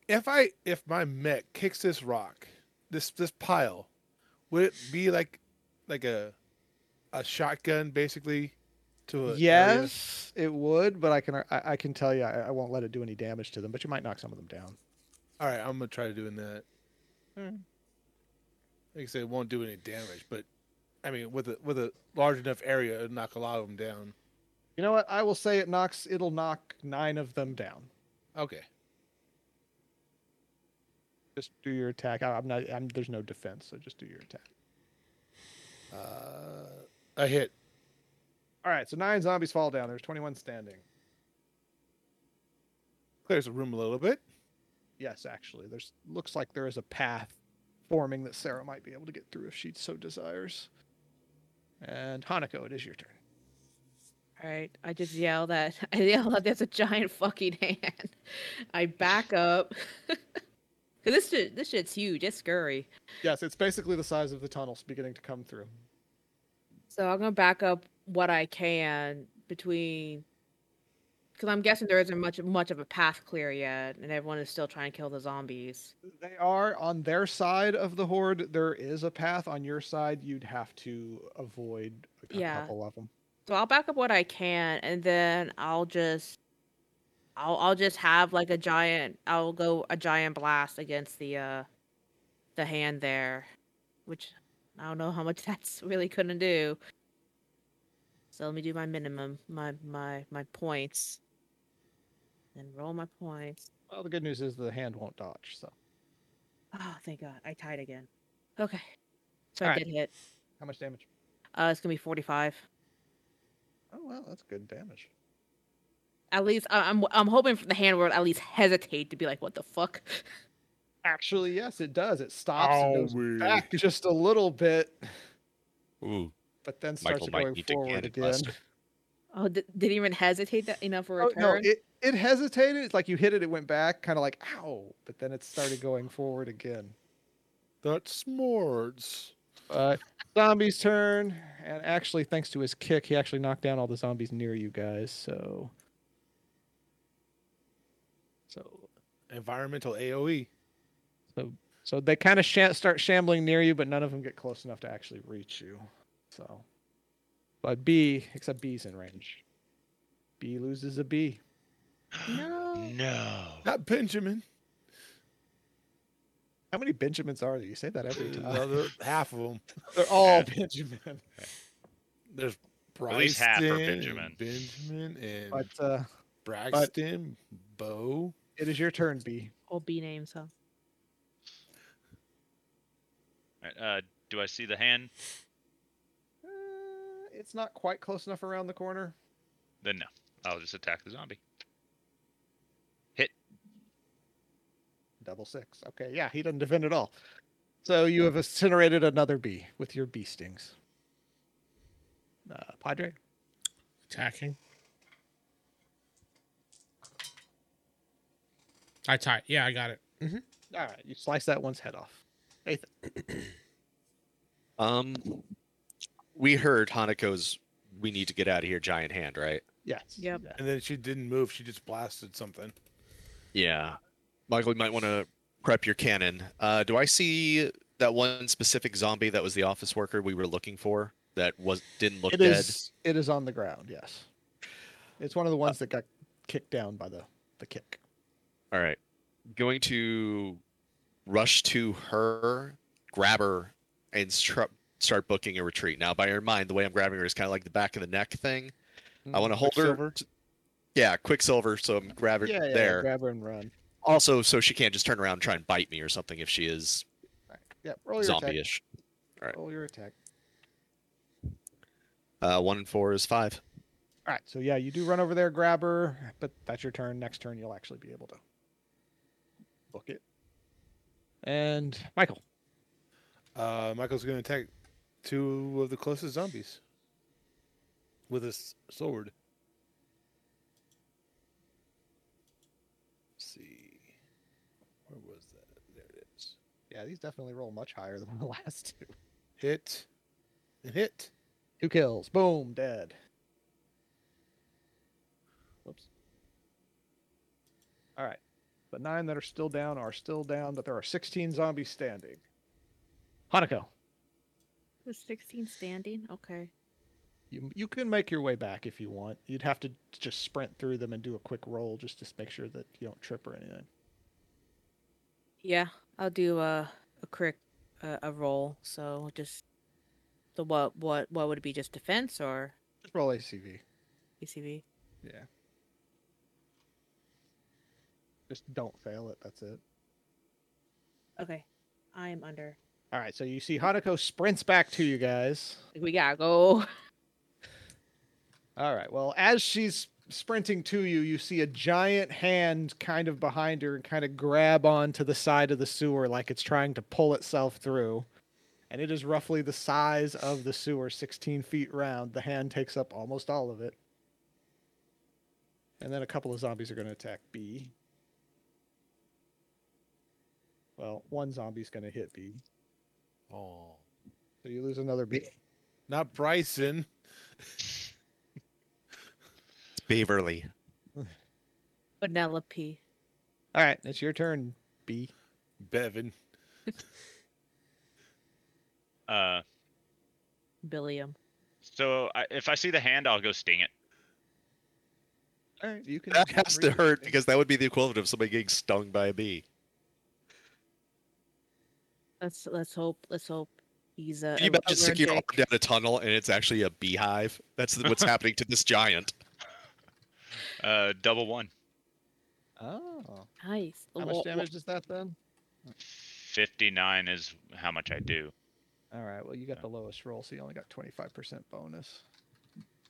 [SPEAKER 5] If I if my mech kicks this rock, this this pile, would it be like like a a shotgun basically to a area?
[SPEAKER 2] Yes, it would, but I can I, I can tell you I, I won't let it do any damage to them, but you might knock some of them down.
[SPEAKER 5] All right, I'm gonna try doing that.
[SPEAKER 2] Alright.
[SPEAKER 5] Like I said, it won't do any damage, but I mean, with a with a large enough area, it'll knock a lot of them down.
[SPEAKER 2] You know what? I will say it knocks it'll knock nine of them down.
[SPEAKER 5] Okay.
[SPEAKER 2] Just do your attack. I, I'm not I'm there's no defense, so just do your attack.
[SPEAKER 5] Uh, a hit.
[SPEAKER 2] All right, so nine zombies fall down. There's 21 standing.
[SPEAKER 5] Clears the room a little bit.
[SPEAKER 2] Yes, actually, there's looks like there is a path forming that Sarah might be able to get through if she so desires. And Hanako, it is your turn.
[SPEAKER 7] All right, I just yell that I yell that there's a giant fucking hand. I back up. 'Cause this shit, this shit's huge. It's scary.
[SPEAKER 2] Yes, it's basically the size of the tunnels beginning to come through.
[SPEAKER 7] So I'm gonna back up what I can between, because I'm guessing there isn't much much of a path clear yet, and everyone is still trying to kill the zombies.
[SPEAKER 2] They are on their side of the horde. There is a path on your side. You'd have to avoid a cou-
[SPEAKER 7] Yeah.
[SPEAKER 2] couple of them.
[SPEAKER 7] So I'll back up what I can, and then I'll just, I'll I'll just have like a giant. I'll go a giant blast against the, uh, the hand there, which I don't know how much that's really gonna do. So let me do my minimum, my my my points, and roll my points.
[SPEAKER 2] Well, the good news is the hand won't dodge. So,
[SPEAKER 7] Oh, thank God, I tied again. Okay, so I
[SPEAKER 2] Alright.
[SPEAKER 7] did hit.
[SPEAKER 2] how much damage?
[SPEAKER 7] Uh, it's gonna be forty-five.
[SPEAKER 2] Oh well, that's good damage.
[SPEAKER 7] At least I- I'm I'm hoping for the hand will at least hesitate to be like, what the fuck.
[SPEAKER 2] Actually, yes, it does. It stops
[SPEAKER 4] Oh,
[SPEAKER 2] and Ah, goes back just a little bit,
[SPEAKER 4] Ooh,
[SPEAKER 2] but then starts
[SPEAKER 4] Michael might
[SPEAKER 2] going
[SPEAKER 4] need to
[SPEAKER 2] forward
[SPEAKER 4] cannon
[SPEAKER 2] again.
[SPEAKER 4] blaster.
[SPEAKER 7] Oh, did, did he even hesitate that enough for a
[SPEAKER 2] Oh, no,
[SPEAKER 7] turn?
[SPEAKER 2] it, it hesitated. It's like you hit it, it went back, kind of like ow, but then it started going forward again.
[SPEAKER 5] That's s'mores.
[SPEAKER 2] But zombies turn, and actually, thanks to his kick, he actually knocked down all the zombies near you guys. So, so,
[SPEAKER 5] Environmental E. AOE.
[SPEAKER 2] so, so they kind of sha- start shambling near you, but none of them get close enough to actually reach you. So, but B, except B's in range. B loses a B.
[SPEAKER 7] no.
[SPEAKER 6] No.
[SPEAKER 5] Not Benjamin.
[SPEAKER 2] How many Benjamins are there? You say that every time.
[SPEAKER 5] Another half of them.
[SPEAKER 2] They're all Benjamin.
[SPEAKER 5] There's Bryson,
[SPEAKER 6] At least half are
[SPEAKER 5] and
[SPEAKER 6] Benjamin.
[SPEAKER 5] Benjamin and
[SPEAKER 2] But uh,
[SPEAKER 5] Braxton, Bo.
[SPEAKER 2] it is your turn, B.
[SPEAKER 7] All B names, huh?
[SPEAKER 6] Alright, Uh, do I see the hand?
[SPEAKER 2] Uh, it's not quite close enough around the corner.
[SPEAKER 6] Then no. I'll just attack the zombie.
[SPEAKER 2] Double six. Okay, yeah, he doesn't defend at all. So you have incinerated another bee with your bee stings. Uh, Padre,
[SPEAKER 3] Attacking. I tie. Yeah, I got it. hmm
[SPEAKER 2] all right, you slice that one's head off. Nathan,
[SPEAKER 4] Um, we heard Hanako's "We need to get out of here" giant hand, right?
[SPEAKER 2] yes.
[SPEAKER 7] Yep.
[SPEAKER 2] Yeah.
[SPEAKER 5] And then she didn't move. She just blasted something.
[SPEAKER 4] Yeah, Michael, you might want to prep your cannon. Uh, do I see that one specific zombie that was the office worker we were looking for? That was didn't look
[SPEAKER 2] It
[SPEAKER 4] dead.
[SPEAKER 2] is. It is on the ground. Yes. It's one of the ones that got kicked down by the the kick.
[SPEAKER 4] All right. Going to rush to her, grab her, and stru- start booking a retreat. Now, by your mind, the way I'm grabbing her is kind of like the back of the neck thing. I want to hold her.
[SPEAKER 5] Quicksilver?
[SPEAKER 4] t- yeah, Quicksilver. So I'm grabbing her
[SPEAKER 2] Mm. yeah,
[SPEAKER 4] there.
[SPEAKER 2] Grab her and run.
[SPEAKER 4] Also, so she can't just turn around and try and bite me or something if she is
[SPEAKER 2] Right. Yeah. Roll your
[SPEAKER 4] zombie
[SPEAKER 2] attack.
[SPEAKER 4] ish. right.
[SPEAKER 2] Roll your attack.
[SPEAKER 4] Uh, one and four is five.
[SPEAKER 2] All right. So yeah, you do run over there, grab her, but that's your turn. Next turn, you'll actually be able to book it. And Michael.
[SPEAKER 5] Uh, Michael's going to attack two of the closest zombies with his sword. Let's see. Where was that? There it is.
[SPEAKER 2] Yeah, these definitely roll much higher than the last two.
[SPEAKER 5] Hit. And hit.
[SPEAKER 2] Two kills. Boom. Dead. Whoops. All right. The nine that are still down are still down, but there are 16 zombies standing. Hanako,
[SPEAKER 7] Was 16 standing? Okay.
[SPEAKER 2] you, you can make your way back if you want. You'd have to just sprint through them and do a quick roll just to make sure that you don't trip or anything.
[SPEAKER 7] Yeah, I'll do a a quick uh, a roll. So just the what what what would it be? Just defense or
[SPEAKER 2] Just roll ACV.
[SPEAKER 7] PCV?
[SPEAKER 2] Yeah. Just don't fail it. That's it.
[SPEAKER 7] Okay, I am under.
[SPEAKER 2] All right. So you see Hanako sprints back to you guys.
[SPEAKER 7] We gotta go.
[SPEAKER 2] All right. Well, as she's sprinting to you, you see a giant hand kind of behind her and kind of grab onto the side of the sewer like it's trying to pull itself through. And it is roughly the size of the sewer, 16 feet round. The hand takes up almost all of it. And then a couple of zombies are going to attack B. Well, one zombie's going to hit B.
[SPEAKER 5] Oh.
[SPEAKER 2] So you lose another B.
[SPEAKER 5] Not Bryson.
[SPEAKER 4] It's Beverly.
[SPEAKER 7] Penelope.
[SPEAKER 2] All right. It's your turn, B.
[SPEAKER 5] Bevan.
[SPEAKER 6] Uh,
[SPEAKER 7] Billiam.
[SPEAKER 6] so I, if I see the hand, I'll go sting it.
[SPEAKER 2] All right. You can.
[SPEAKER 4] That has to hurt because that would be the equivalent of somebody getting stung by a bee.
[SPEAKER 7] Let's let's hope let's hope he's a.
[SPEAKER 4] Can you
[SPEAKER 7] a-
[SPEAKER 4] imagine sticking your arm
[SPEAKER 7] allergic.
[SPEAKER 4] down a tunnel and it's actually a beehive? That's the- what's happening to this giant.
[SPEAKER 6] Uh, double one.
[SPEAKER 2] Oh.
[SPEAKER 7] Nice.
[SPEAKER 2] How
[SPEAKER 7] Lo-
[SPEAKER 2] much damage is that then?
[SPEAKER 6] Fifty-nine is how much I do.
[SPEAKER 2] All right. Well, you got the lowest roll, so you only got 25% bonus.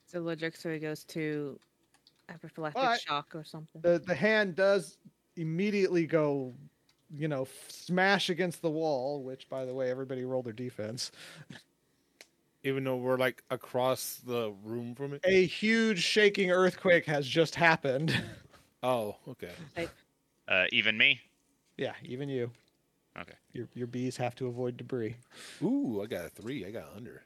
[SPEAKER 7] It's allergic, so he goes to anaphylactic
[SPEAKER 2] But-
[SPEAKER 7] shock or something.
[SPEAKER 2] The the hand does immediately go, you know, f- smash against the wall, which by the way, everybody rolled their defense.
[SPEAKER 5] Even though we're like across the room from it.
[SPEAKER 2] A huge shaking earthquake has just happened.
[SPEAKER 5] Oh, okay.
[SPEAKER 6] Uh, even me.
[SPEAKER 2] yeah, even you.
[SPEAKER 6] Okay.
[SPEAKER 2] Your your bees have to avoid debris.
[SPEAKER 5] Ooh, I got a three. I got under.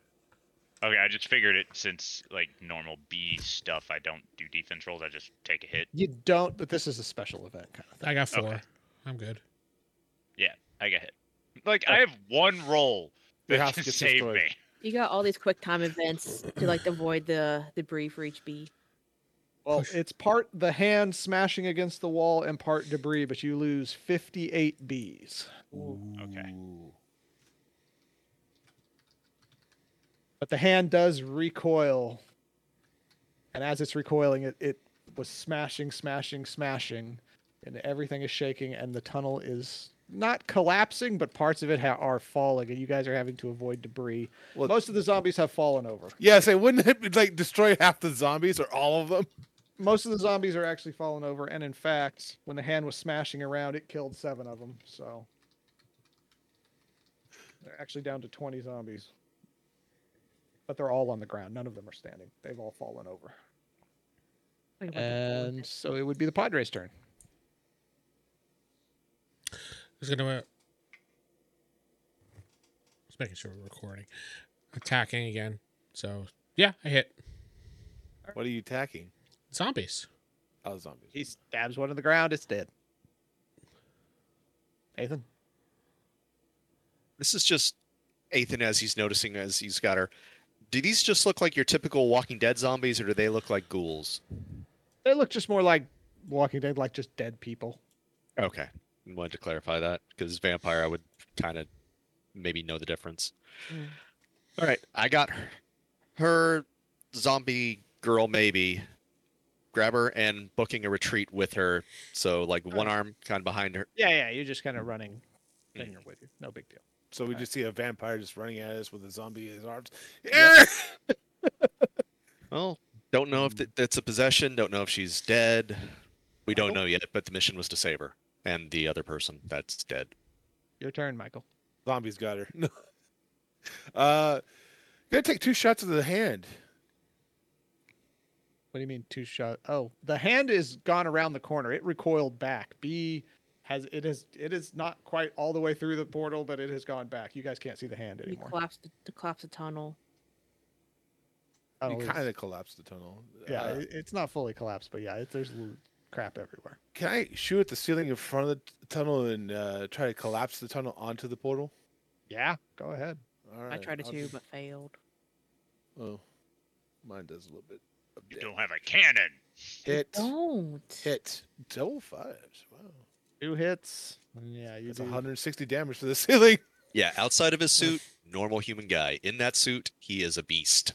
[SPEAKER 6] Okay, I just figured it since like normal B stuff, I don't do defense rolls. I just take a hit.
[SPEAKER 2] You don't, but this is a special event kind of thing.
[SPEAKER 3] I got four.
[SPEAKER 6] Okay.
[SPEAKER 3] I'm good.
[SPEAKER 6] I get hit. Like I have one roll
[SPEAKER 5] Oh. Your
[SPEAKER 6] that
[SPEAKER 5] house
[SPEAKER 6] can
[SPEAKER 5] gets
[SPEAKER 6] save
[SPEAKER 5] destroyed.
[SPEAKER 6] me.
[SPEAKER 7] You got all these quick time events to like avoid the debris for each bee.
[SPEAKER 2] Well,
[SPEAKER 3] Push.
[SPEAKER 2] it's part the hand smashing against the wall and part debris, but you lose 58 bees.
[SPEAKER 6] Okay.
[SPEAKER 2] But the hand does recoil. And as it's recoiling, it, it was smashing, smashing, smashing. And everything is shaking, and the tunnel is not collapsing, but parts of it ha- are falling, and you guys are having to avoid debris.
[SPEAKER 5] Well-
[SPEAKER 2] Most of the zombies have fallen over.
[SPEAKER 5] Yeah, say, wouldn't it like destroy half the zombies or all of them?
[SPEAKER 2] Most of the zombies are actually fallen over, and in fact, when the hand was smashing around, it killed seven of them, so. They're actually down to 20 zombies. But they're all on the ground. None of them are standing. They've all fallen over.
[SPEAKER 7] Like, what the hell is
[SPEAKER 2] And so it would be the Padres' turn.
[SPEAKER 3] It's gonna. Uh, just making sure we're recording. Attacking again. So yeah, I hit
[SPEAKER 5] What are you attacking?
[SPEAKER 3] zombies.
[SPEAKER 5] Oh, zombies.
[SPEAKER 2] He stabs one in the ground. It's dead. Nathan.
[SPEAKER 4] This is just Ethan as he's noticing as he's got her. Do these just look like your typical Walking Dead zombies, or do they look like ghouls?
[SPEAKER 2] They look just more like Walking Dead, like just dead people.
[SPEAKER 4] Okay, I wanted to clarify that because vampire, I would kind of maybe know the difference.
[SPEAKER 7] Mm.
[SPEAKER 4] All right, I got her, her zombie girl, maybe grab her and booking a retreat with her. So like one arm kind of behind her.
[SPEAKER 2] Yeah, yeah. You're just kind of running.
[SPEAKER 4] Mhm.
[SPEAKER 2] Finger with you. No big deal.
[SPEAKER 5] So we
[SPEAKER 2] Alright.
[SPEAKER 5] just see a vampire just running at us with a zombie in his arms.
[SPEAKER 4] Well, don't know
[SPEAKER 2] um,
[SPEAKER 4] if th- that's a possession. Don't know if she's dead. We don't know yet. But the mission was to save her and the other person that's dead.
[SPEAKER 2] Your turn, Michael.
[SPEAKER 5] Zombies got her. No. Uh, gonna take two shots of the hand.
[SPEAKER 2] What do you mean two shot? Oh, the hand is gone around the corner. It recoiled back. B has it is it is not quite all the way through the portal, but it has gone back. You guys can't see the hand
[SPEAKER 7] You
[SPEAKER 2] anymore.
[SPEAKER 7] collapse the, the collapse the tunnel.
[SPEAKER 2] Tunnel
[SPEAKER 5] you
[SPEAKER 2] is-
[SPEAKER 5] kind of collapsed the tunnel.
[SPEAKER 2] Oh, yeah,
[SPEAKER 5] Uh,
[SPEAKER 2] it- it's not fully collapsed, but yeah, it, there's l- crap everywhere.
[SPEAKER 5] can I shoot at the ceiling in front of the t- tunnel and uh, try to collapse the tunnel onto the portal?
[SPEAKER 2] Yeah, go ahead.
[SPEAKER 5] All
[SPEAKER 7] I tried it
[SPEAKER 5] I'll
[SPEAKER 7] too,
[SPEAKER 5] just-
[SPEAKER 7] but failed.
[SPEAKER 5] Oh, mine does a little bit. of
[SPEAKER 6] You
[SPEAKER 5] damage.
[SPEAKER 6] don't have a cannon.
[SPEAKER 5] Hit.
[SPEAKER 7] Don't.
[SPEAKER 5] Hit. Double fives. Wow.
[SPEAKER 2] Two hits. Yeah, you
[SPEAKER 5] That's
[SPEAKER 2] do.
[SPEAKER 5] 160 damage to the ceiling.
[SPEAKER 4] Yeah, outside of his suit, normal human guy. In that suit, he is a beast.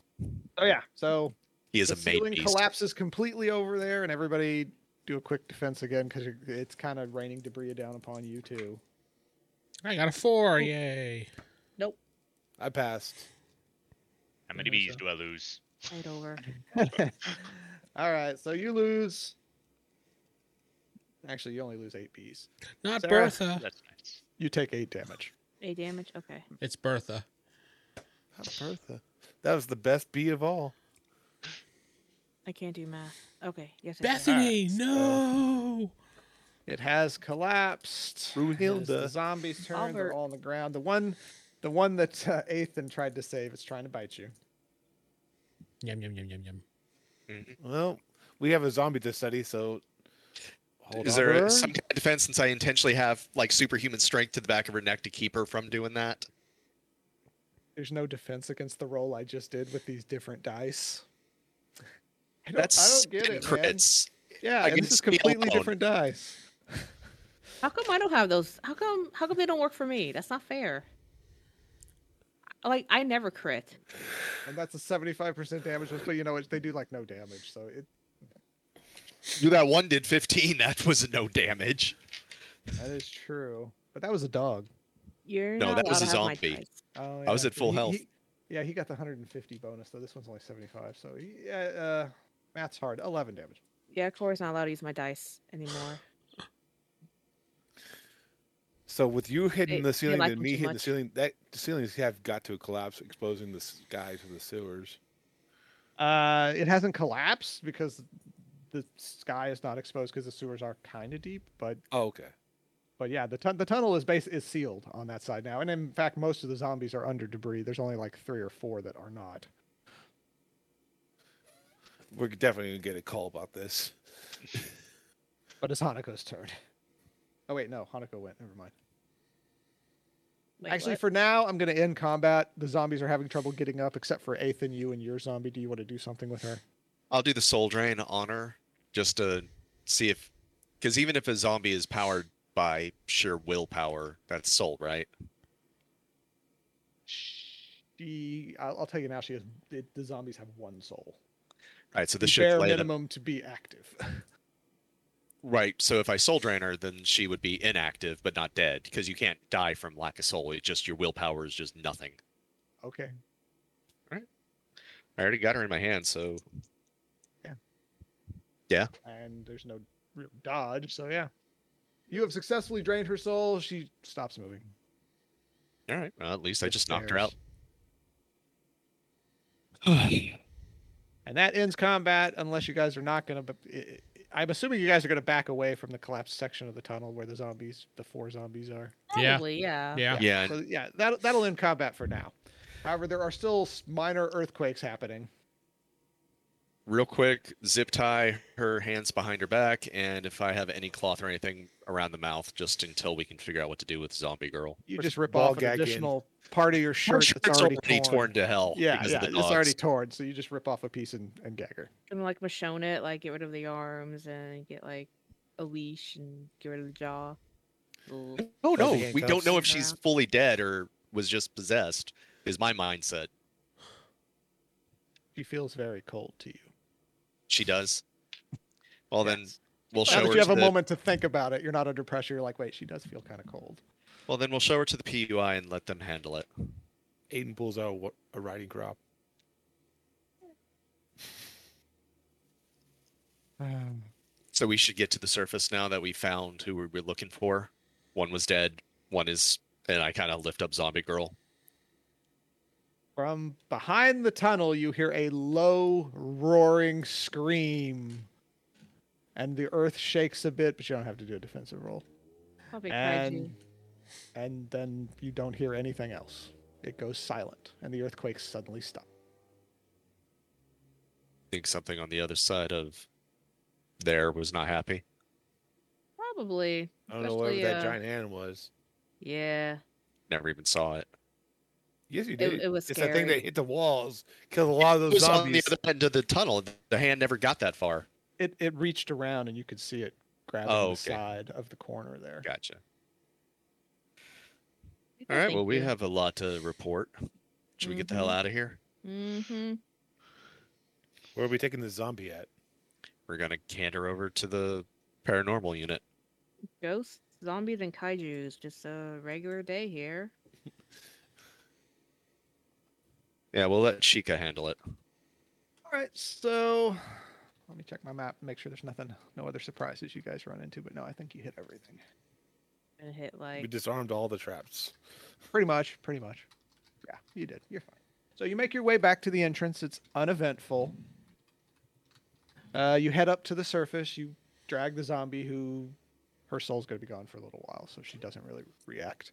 [SPEAKER 2] Oh yeah, so
[SPEAKER 4] He is
[SPEAKER 2] the
[SPEAKER 4] a made
[SPEAKER 2] ceiling
[SPEAKER 4] beast.
[SPEAKER 2] collapses completely over there, and everybody do a quick defense again because it's kind of raining debris down upon you too.
[SPEAKER 3] I got a four. Yay.
[SPEAKER 5] I passed.
[SPEAKER 6] How many bees do I lose?
[SPEAKER 7] Right over.
[SPEAKER 2] All right, so you lose. Actually, you only lose eight bees.
[SPEAKER 3] Not
[SPEAKER 2] Sarah.
[SPEAKER 3] Bertha.
[SPEAKER 6] That's nice.
[SPEAKER 2] You take eight damage.
[SPEAKER 7] Eight damage. Okay.
[SPEAKER 3] It's Bertha.
[SPEAKER 5] Not Bertha. uh, That was the best bee of all.
[SPEAKER 7] I can't do math. Okay. Yes. I can.
[SPEAKER 3] Bethany, no.
[SPEAKER 2] It has collapsed. It is The
[SPEAKER 5] Brunhilde.
[SPEAKER 2] zombies' turn. They're
[SPEAKER 7] Albert.
[SPEAKER 2] all on the ground. The one, the one that uh, Ethan tried to save is trying to bite you.
[SPEAKER 3] Yum yum yum yum yum.
[SPEAKER 5] Well, we have a zombie to study, so. Hold
[SPEAKER 4] Is
[SPEAKER 5] on.
[SPEAKER 4] there some kind of defense since I intentionally have like superhuman strength to the back of her neck to keep her from doing that?
[SPEAKER 2] There's no defense against the roll I just did with these different dice. I don't,
[SPEAKER 4] That's
[SPEAKER 2] I don't get
[SPEAKER 4] spin
[SPEAKER 2] it, man.
[SPEAKER 4] crits.
[SPEAKER 2] Yeah,
[SPEAKER 4] I
[SPEAKER 2] and this is
[SPEAKER 4] guess we all
[SPEAKER 2] completely
[SPEAKER 4] don't.
[SPEAKER 2] different dice.
[SPEAKER 7] How come I don't have those? How come? How come they don't work for me? That's not fair. Like I never crit.
[SPEAKER 2] And that's a 75% damage, but you know what? They do like no damage. So it,
[SPEAKER 4] Do that one did 15. That was no damage.
[SPEAKER 2] that is true. But that was a dog.
[SPEAKER 7] You're
[SPEAKER 4] No,
[SPEAKER 7] not
[SPEAKER 4] that was
[SPEAKER 7] allowed
[SPEAKER 4] a
[SPEAKER 7] to have my
[SPEAKER 4] zombie.
[SPEAKER 7] dice.
[SPEAKER 2] Oh,
[SPEAKER 4] I was
[SPEAKER 2] yeah.
[SPEAKER 4] at full
[SPEAKER 2] He-
[SPEAKER 4] health.
[SPEAKER 2] he- yeah, he got the 150 bonus, though. This one's only 75. So yeah, uh, math's hard. 11 damage.
[SPEAKER 7] Yeah, Corey's not allowed to use my dice anymore.
[SPEAKER 5] So with you hitting
[SPEAKER 7] They-
[SPEAKER 5] the
[SPEAKER 7] they
[SPEAKER 5] ceiling
[SPEAKER 7] like
[SPEAKER 5] and
[SPEAKER 7] them
[SPEAKER 5] me
[SPEAKER 7] too
[SPEAKER 5] hitting the
[SPEAKER 7] much.
[SPEAKER 5] ceiling, that the ceilings have got to collapse, exposing the sky to the sewers.
[SPEAKER 2] Uh, it hasn't collapsed because the sky is not exposed because the sewers are kind of deep. But
[SPEAKER 5] Oh, okay.
[SPEAKER 2] but yeah, the, tun- the tunnel is base is sealed on that side now. And in fact, most of the zombies are under debris. There's only like three or four that are not.
[SPEAKER 5] We're definitely gonna get a call about this.
[SPEAKER 2] But it's Hanako's turn. Oh wait, no, Hanako went. Never mind.
[SPEAKER 7] Wait,
[SPEAKER 2] Actually,
[SPEAKER 7] what?
[SPEAKER 2] for now, I'm gonna end combat. The zombies are having trouble getting up, except for Ethan, you and your zombie. Do you want to do something with her?
[SPEAKER 4] I'll do the soul drain on her just to see if, because even if a zombie is powered by sheer willpower, that's soul, right?
[SPEAKER 2] She, I'll, I'll tell you now, she has. It, the zombies have one soul.
[SPEAKER 4] All right, so
[SPEAKER 2] The
[SPEAKER 4] this should
[SPEAKER 2] bare
[SPEAKER 4] play
[SPEAKER 2] minimum to be active.
[SPEAKER 4] right. So if I soul drain her, then she would be inactive but not dead because you can't die from lack of soul. It's just your willpower is just nothing.
[SPEAKER 2] okay.
[SPEAKER 4] I already got her in my hand, so
[SPEAKER 2] and there's no real dodge. So yeah, you have successfully drained her soul. She stops moving.
[SPEAKER 4] all right. Well, at least I
[SPEAKER 2] It
[SPEAKER 4] just knocked her out.
[SPEAKER 2] stares. And that ends combat, unless you guys are not gonna. But i I- I'm assuming you guys are gonna back away from the collapsed section of the tunnel where the zombies, the four zombies, are.
[SPEAKER 3] Yeah.
[SPEAKER 7] Probably, Uh, yeah.
[SPEAKER 3] Yeah.
[SPEAKER 4] Yeah, and
[SPEAKER 2] So yeah, that that'll end combat for now. However, there are still s- minor earthquakes happening.
[SPEAKER 4] real quick, zip tie her hands behind her back, and if I have any cloth or anything around the mouth, just until we can figure out what to do with zombie girl.
[SPEAKER 2] You
[SPEAKER 5] Or
[SPEAKER 2] just
[SPEAKER 5] some
[SPEAKER 2] rip
[SPEAKER 5] ball
[SPEAKER 2] off an
[SPEAKER 5] gag in.
[SPEAKER 2] additional part of your
[SPEAKER 4] Her
[SPEAKER 2] shirt
[SPEAKER 4] shirt's
[SPEAKER 2] that's already, torn.
[SPEAKER 4] to hell.
[SPEAKER 2] Yeah,
[SPEAKER 4] because
[SPEAKER 2] yeah,
[SPEAKER 4] of the
[SPEAKER 2] it's
[SPEAKER 4] dogs.
[SPEAKER 2] already torn. So you just rip off a piece and, and gag her.
[SPEAKER 7] Gonna like machone it, like get rid of the arms and get like a leash and get rid of the jaw. Ugh.
[SPEAKER 4] Oh
[SPEAKER 5] Does
[SPEAKER 4] no,
[SPEAKER 5] the
[SPEAKER 4] we don't
[SPEAKER 5] handcuffs-
[SPEAKER 4] know if she's
[SPEAKER 7] Yeah.
[SPEAKER 4] fully dead or was just possessed. Is my mindset?
[SPEAKER 2] She feels very cold to you.
[SPEAKER 4] She does. Well then,
[SPEAKER 2] Now
[SPEAKER 4] we'll show
[SPEAKER 2] that
[SPEAKER 4] her.
[SPEAKER 2] you have
[SPEAKER 4] to
[SPEAKER 2] a
[SPEAKER 4] the,
[SPEAKER 2] moment to think about it, you're not under pressure. You're like, wait, she does feel kind of cold.
[SPEAKER 4] Well then, we'll show her to the PUI and let them handle it.
[SPEAKER 5] Aiden pulls out a wa- a riding crop.
[SPEAKER 2] Um,
[SPEAKER 4] So we should get to the surface now that we found who we were looking for. One was dead. One is, and I kind of lift up zombie girl.
[SPEAKER 2] From behind the tunnel, you hear a low roaring scream, and the earth shakes a bit. But you don't have to do a defensive roll.
[SPEAKER 7] I'll be
[SPEAKER 8] and
[SPEAKER 7] crazy.
[SPEAKER 8] and then you don't hear anything else. It goes silent, and the earthquakes suddenly stop.
[SPEAKER 4] think something on the other side of there was not happy.
[SPEAKER 7] Probably.
[SPEAKER 5] I don't know whatever
[SPEAKER 7] Especially,
[SPEAKER 5] that
[SPEAKER 7] uh,
[SPEAKER 5] giant hand was.
[SPEAKER 7] Yeah.
[SPEAKER 4] Never even saw it.
[SPEAKER 5] Yes, you
[SPEAKER 7] It-
[SPEAKER 5] did.
[SPEAKER 7] it was
[SPEAKER 5] It's that thing
[SPEAKER 7] scary.
[SPEAKER 5] that hit the walls, killed a lot of
[SPEAKER 4] It
[SPEAKER 5] those
[SPEAKER 4] was on the
[SPEAKER 5] zombies.
[SPEAKER 4] other end of the tunnel. The hand never got that far.
[SPEAKER 8] It it reached around, and you could see it grabbing
[SPEAKER 4] Oh,
[SPEAKER 8] the
[SPEAKER 4] okay.
[SPEAKER 8] side of the corner there.
[SPEAKER 4] Gotcha.
[SPEAKER 7] I
[SPEAKER 4] All right. Well, we have a lot to report. Should we get the hell out of here?
[SPEAKER 7] Mm-hmm.
[SPEAKER 5] Where are we taking the zombie at?
[SPEAKER 4] We're gonna canter over to the paranormal unit.
[SPEAKER 7] Ghosts, zombies, and kaiju's. Just a regular day here.
[SPEAKER 4] Yeah, we'll let Sheikah handle it.
[SPEAKER 2] All right, so
[SPEAKER 8] Let me check my map, make sure there's nothing, no other surprises you guys run into. But no, I think you hit everything.
[SPEAKER 7] And hit
[SPEAKER 5] We
[SPEAKER 7] like
[SPEAKER 5] disarmed all the traps.
[SPEAKER 8] Pretty much, pretty much.
[SPEAKER 2] yeah, you did. You're fine. So you make your way back to the entrance. It's uneventful.
[SPEAKER 8] Uh, you head up to the surface. You drag the zombie, who her soul's going to be gone for a little while, so she doesn't really react.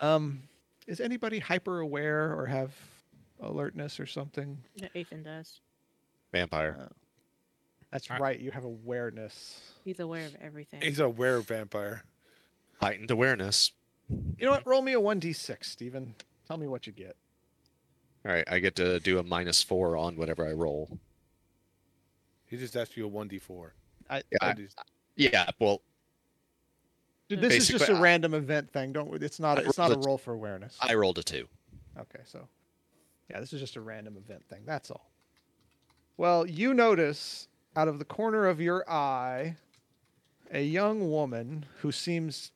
[SPEAKER 2] Um,
[SPEAKER 8] Is anybody hyper aware or have alertness or something?
[SPEAKER 7] Yeah, Ethan does.
[SPEAKER 4] Vampire.
[SPEAKER 8] That's
[SPEAKER 3] I-
[SPEAKER 8] right. You have awareness.
[SPEAKER 7] He's aware of everything.
[SPEAKER 5] He's a were vampire.
[SPEAKER 4] Heightened awareness.
[SPEAKER 2] you know what? Roll me a one d
[SPEAKER 8] Six, Steven. Tell me what you get.
[SPEAKER 4] All right, I get to do a minus four on whatever I roll.
[SPEAKER 5] He just asked you a one d four.
[SPEAKER 8] I-
[SPEAKER 4] I- Yeah. Well,
[SPEAKER 8] Dude, this is just
[SPEAKER 4] Basically,
[SPEAKER 8] a
[SPEAKER 4] I-
[SPEAKER 8] random event thing. Don't. worry. It's not.
[SPEAKER 4] I
[SPEAKER 8] A, it's not a
[SPEAKER 4] rolled a-
[SPEAKER 8] roll for awareness.
[SPEAKER 4] I rolled a two.
[SPEAKER 8] Okay, so yeah, this is just a random event thing. That's all. Well, you notice out of the corner of your eye
[SPEAKER 2] a young woman who seems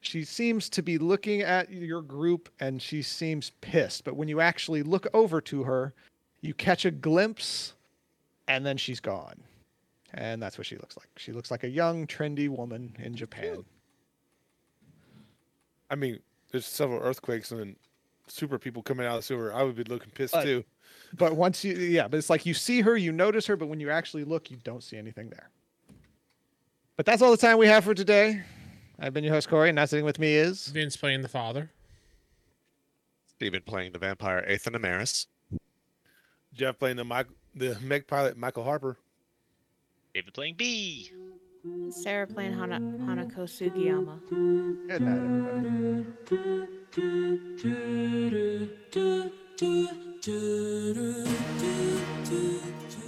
[SPEAKER 2] she seems to be looking at your group and she seems pissed but when you actually look over to her you catch a glimpse and then she's gone and that's what she looks like she looks like a young trendy woman in japan
[SPEAKER 5] I mean, there's several earthquakes and super people coming out of the sewer. I would be looking pissed
[SPEAKER 2] But-
[SPEAKER 5] too.
[SPEAKER 2] but once you yeah but it's like you see her you notice her but when you actually look you don't see anything there but that's all the time we have for today i've been your host corey and not sitting with me is
[SPEAKER 3] Vince playing the father.
[SPEAKER 4] Steven playing the vampire Ethan Amaris.
[SPEAKER 5] Jeff playing the Mike, the mech pilot Michael Harper.
[SPEAKER 6] David playing B.
[SPEAKER 7] Sarah playing Hana- Hanako Sugiyama.
[SPEAKER 2] good night everybody
[SPEAKER 9] do do do do do do do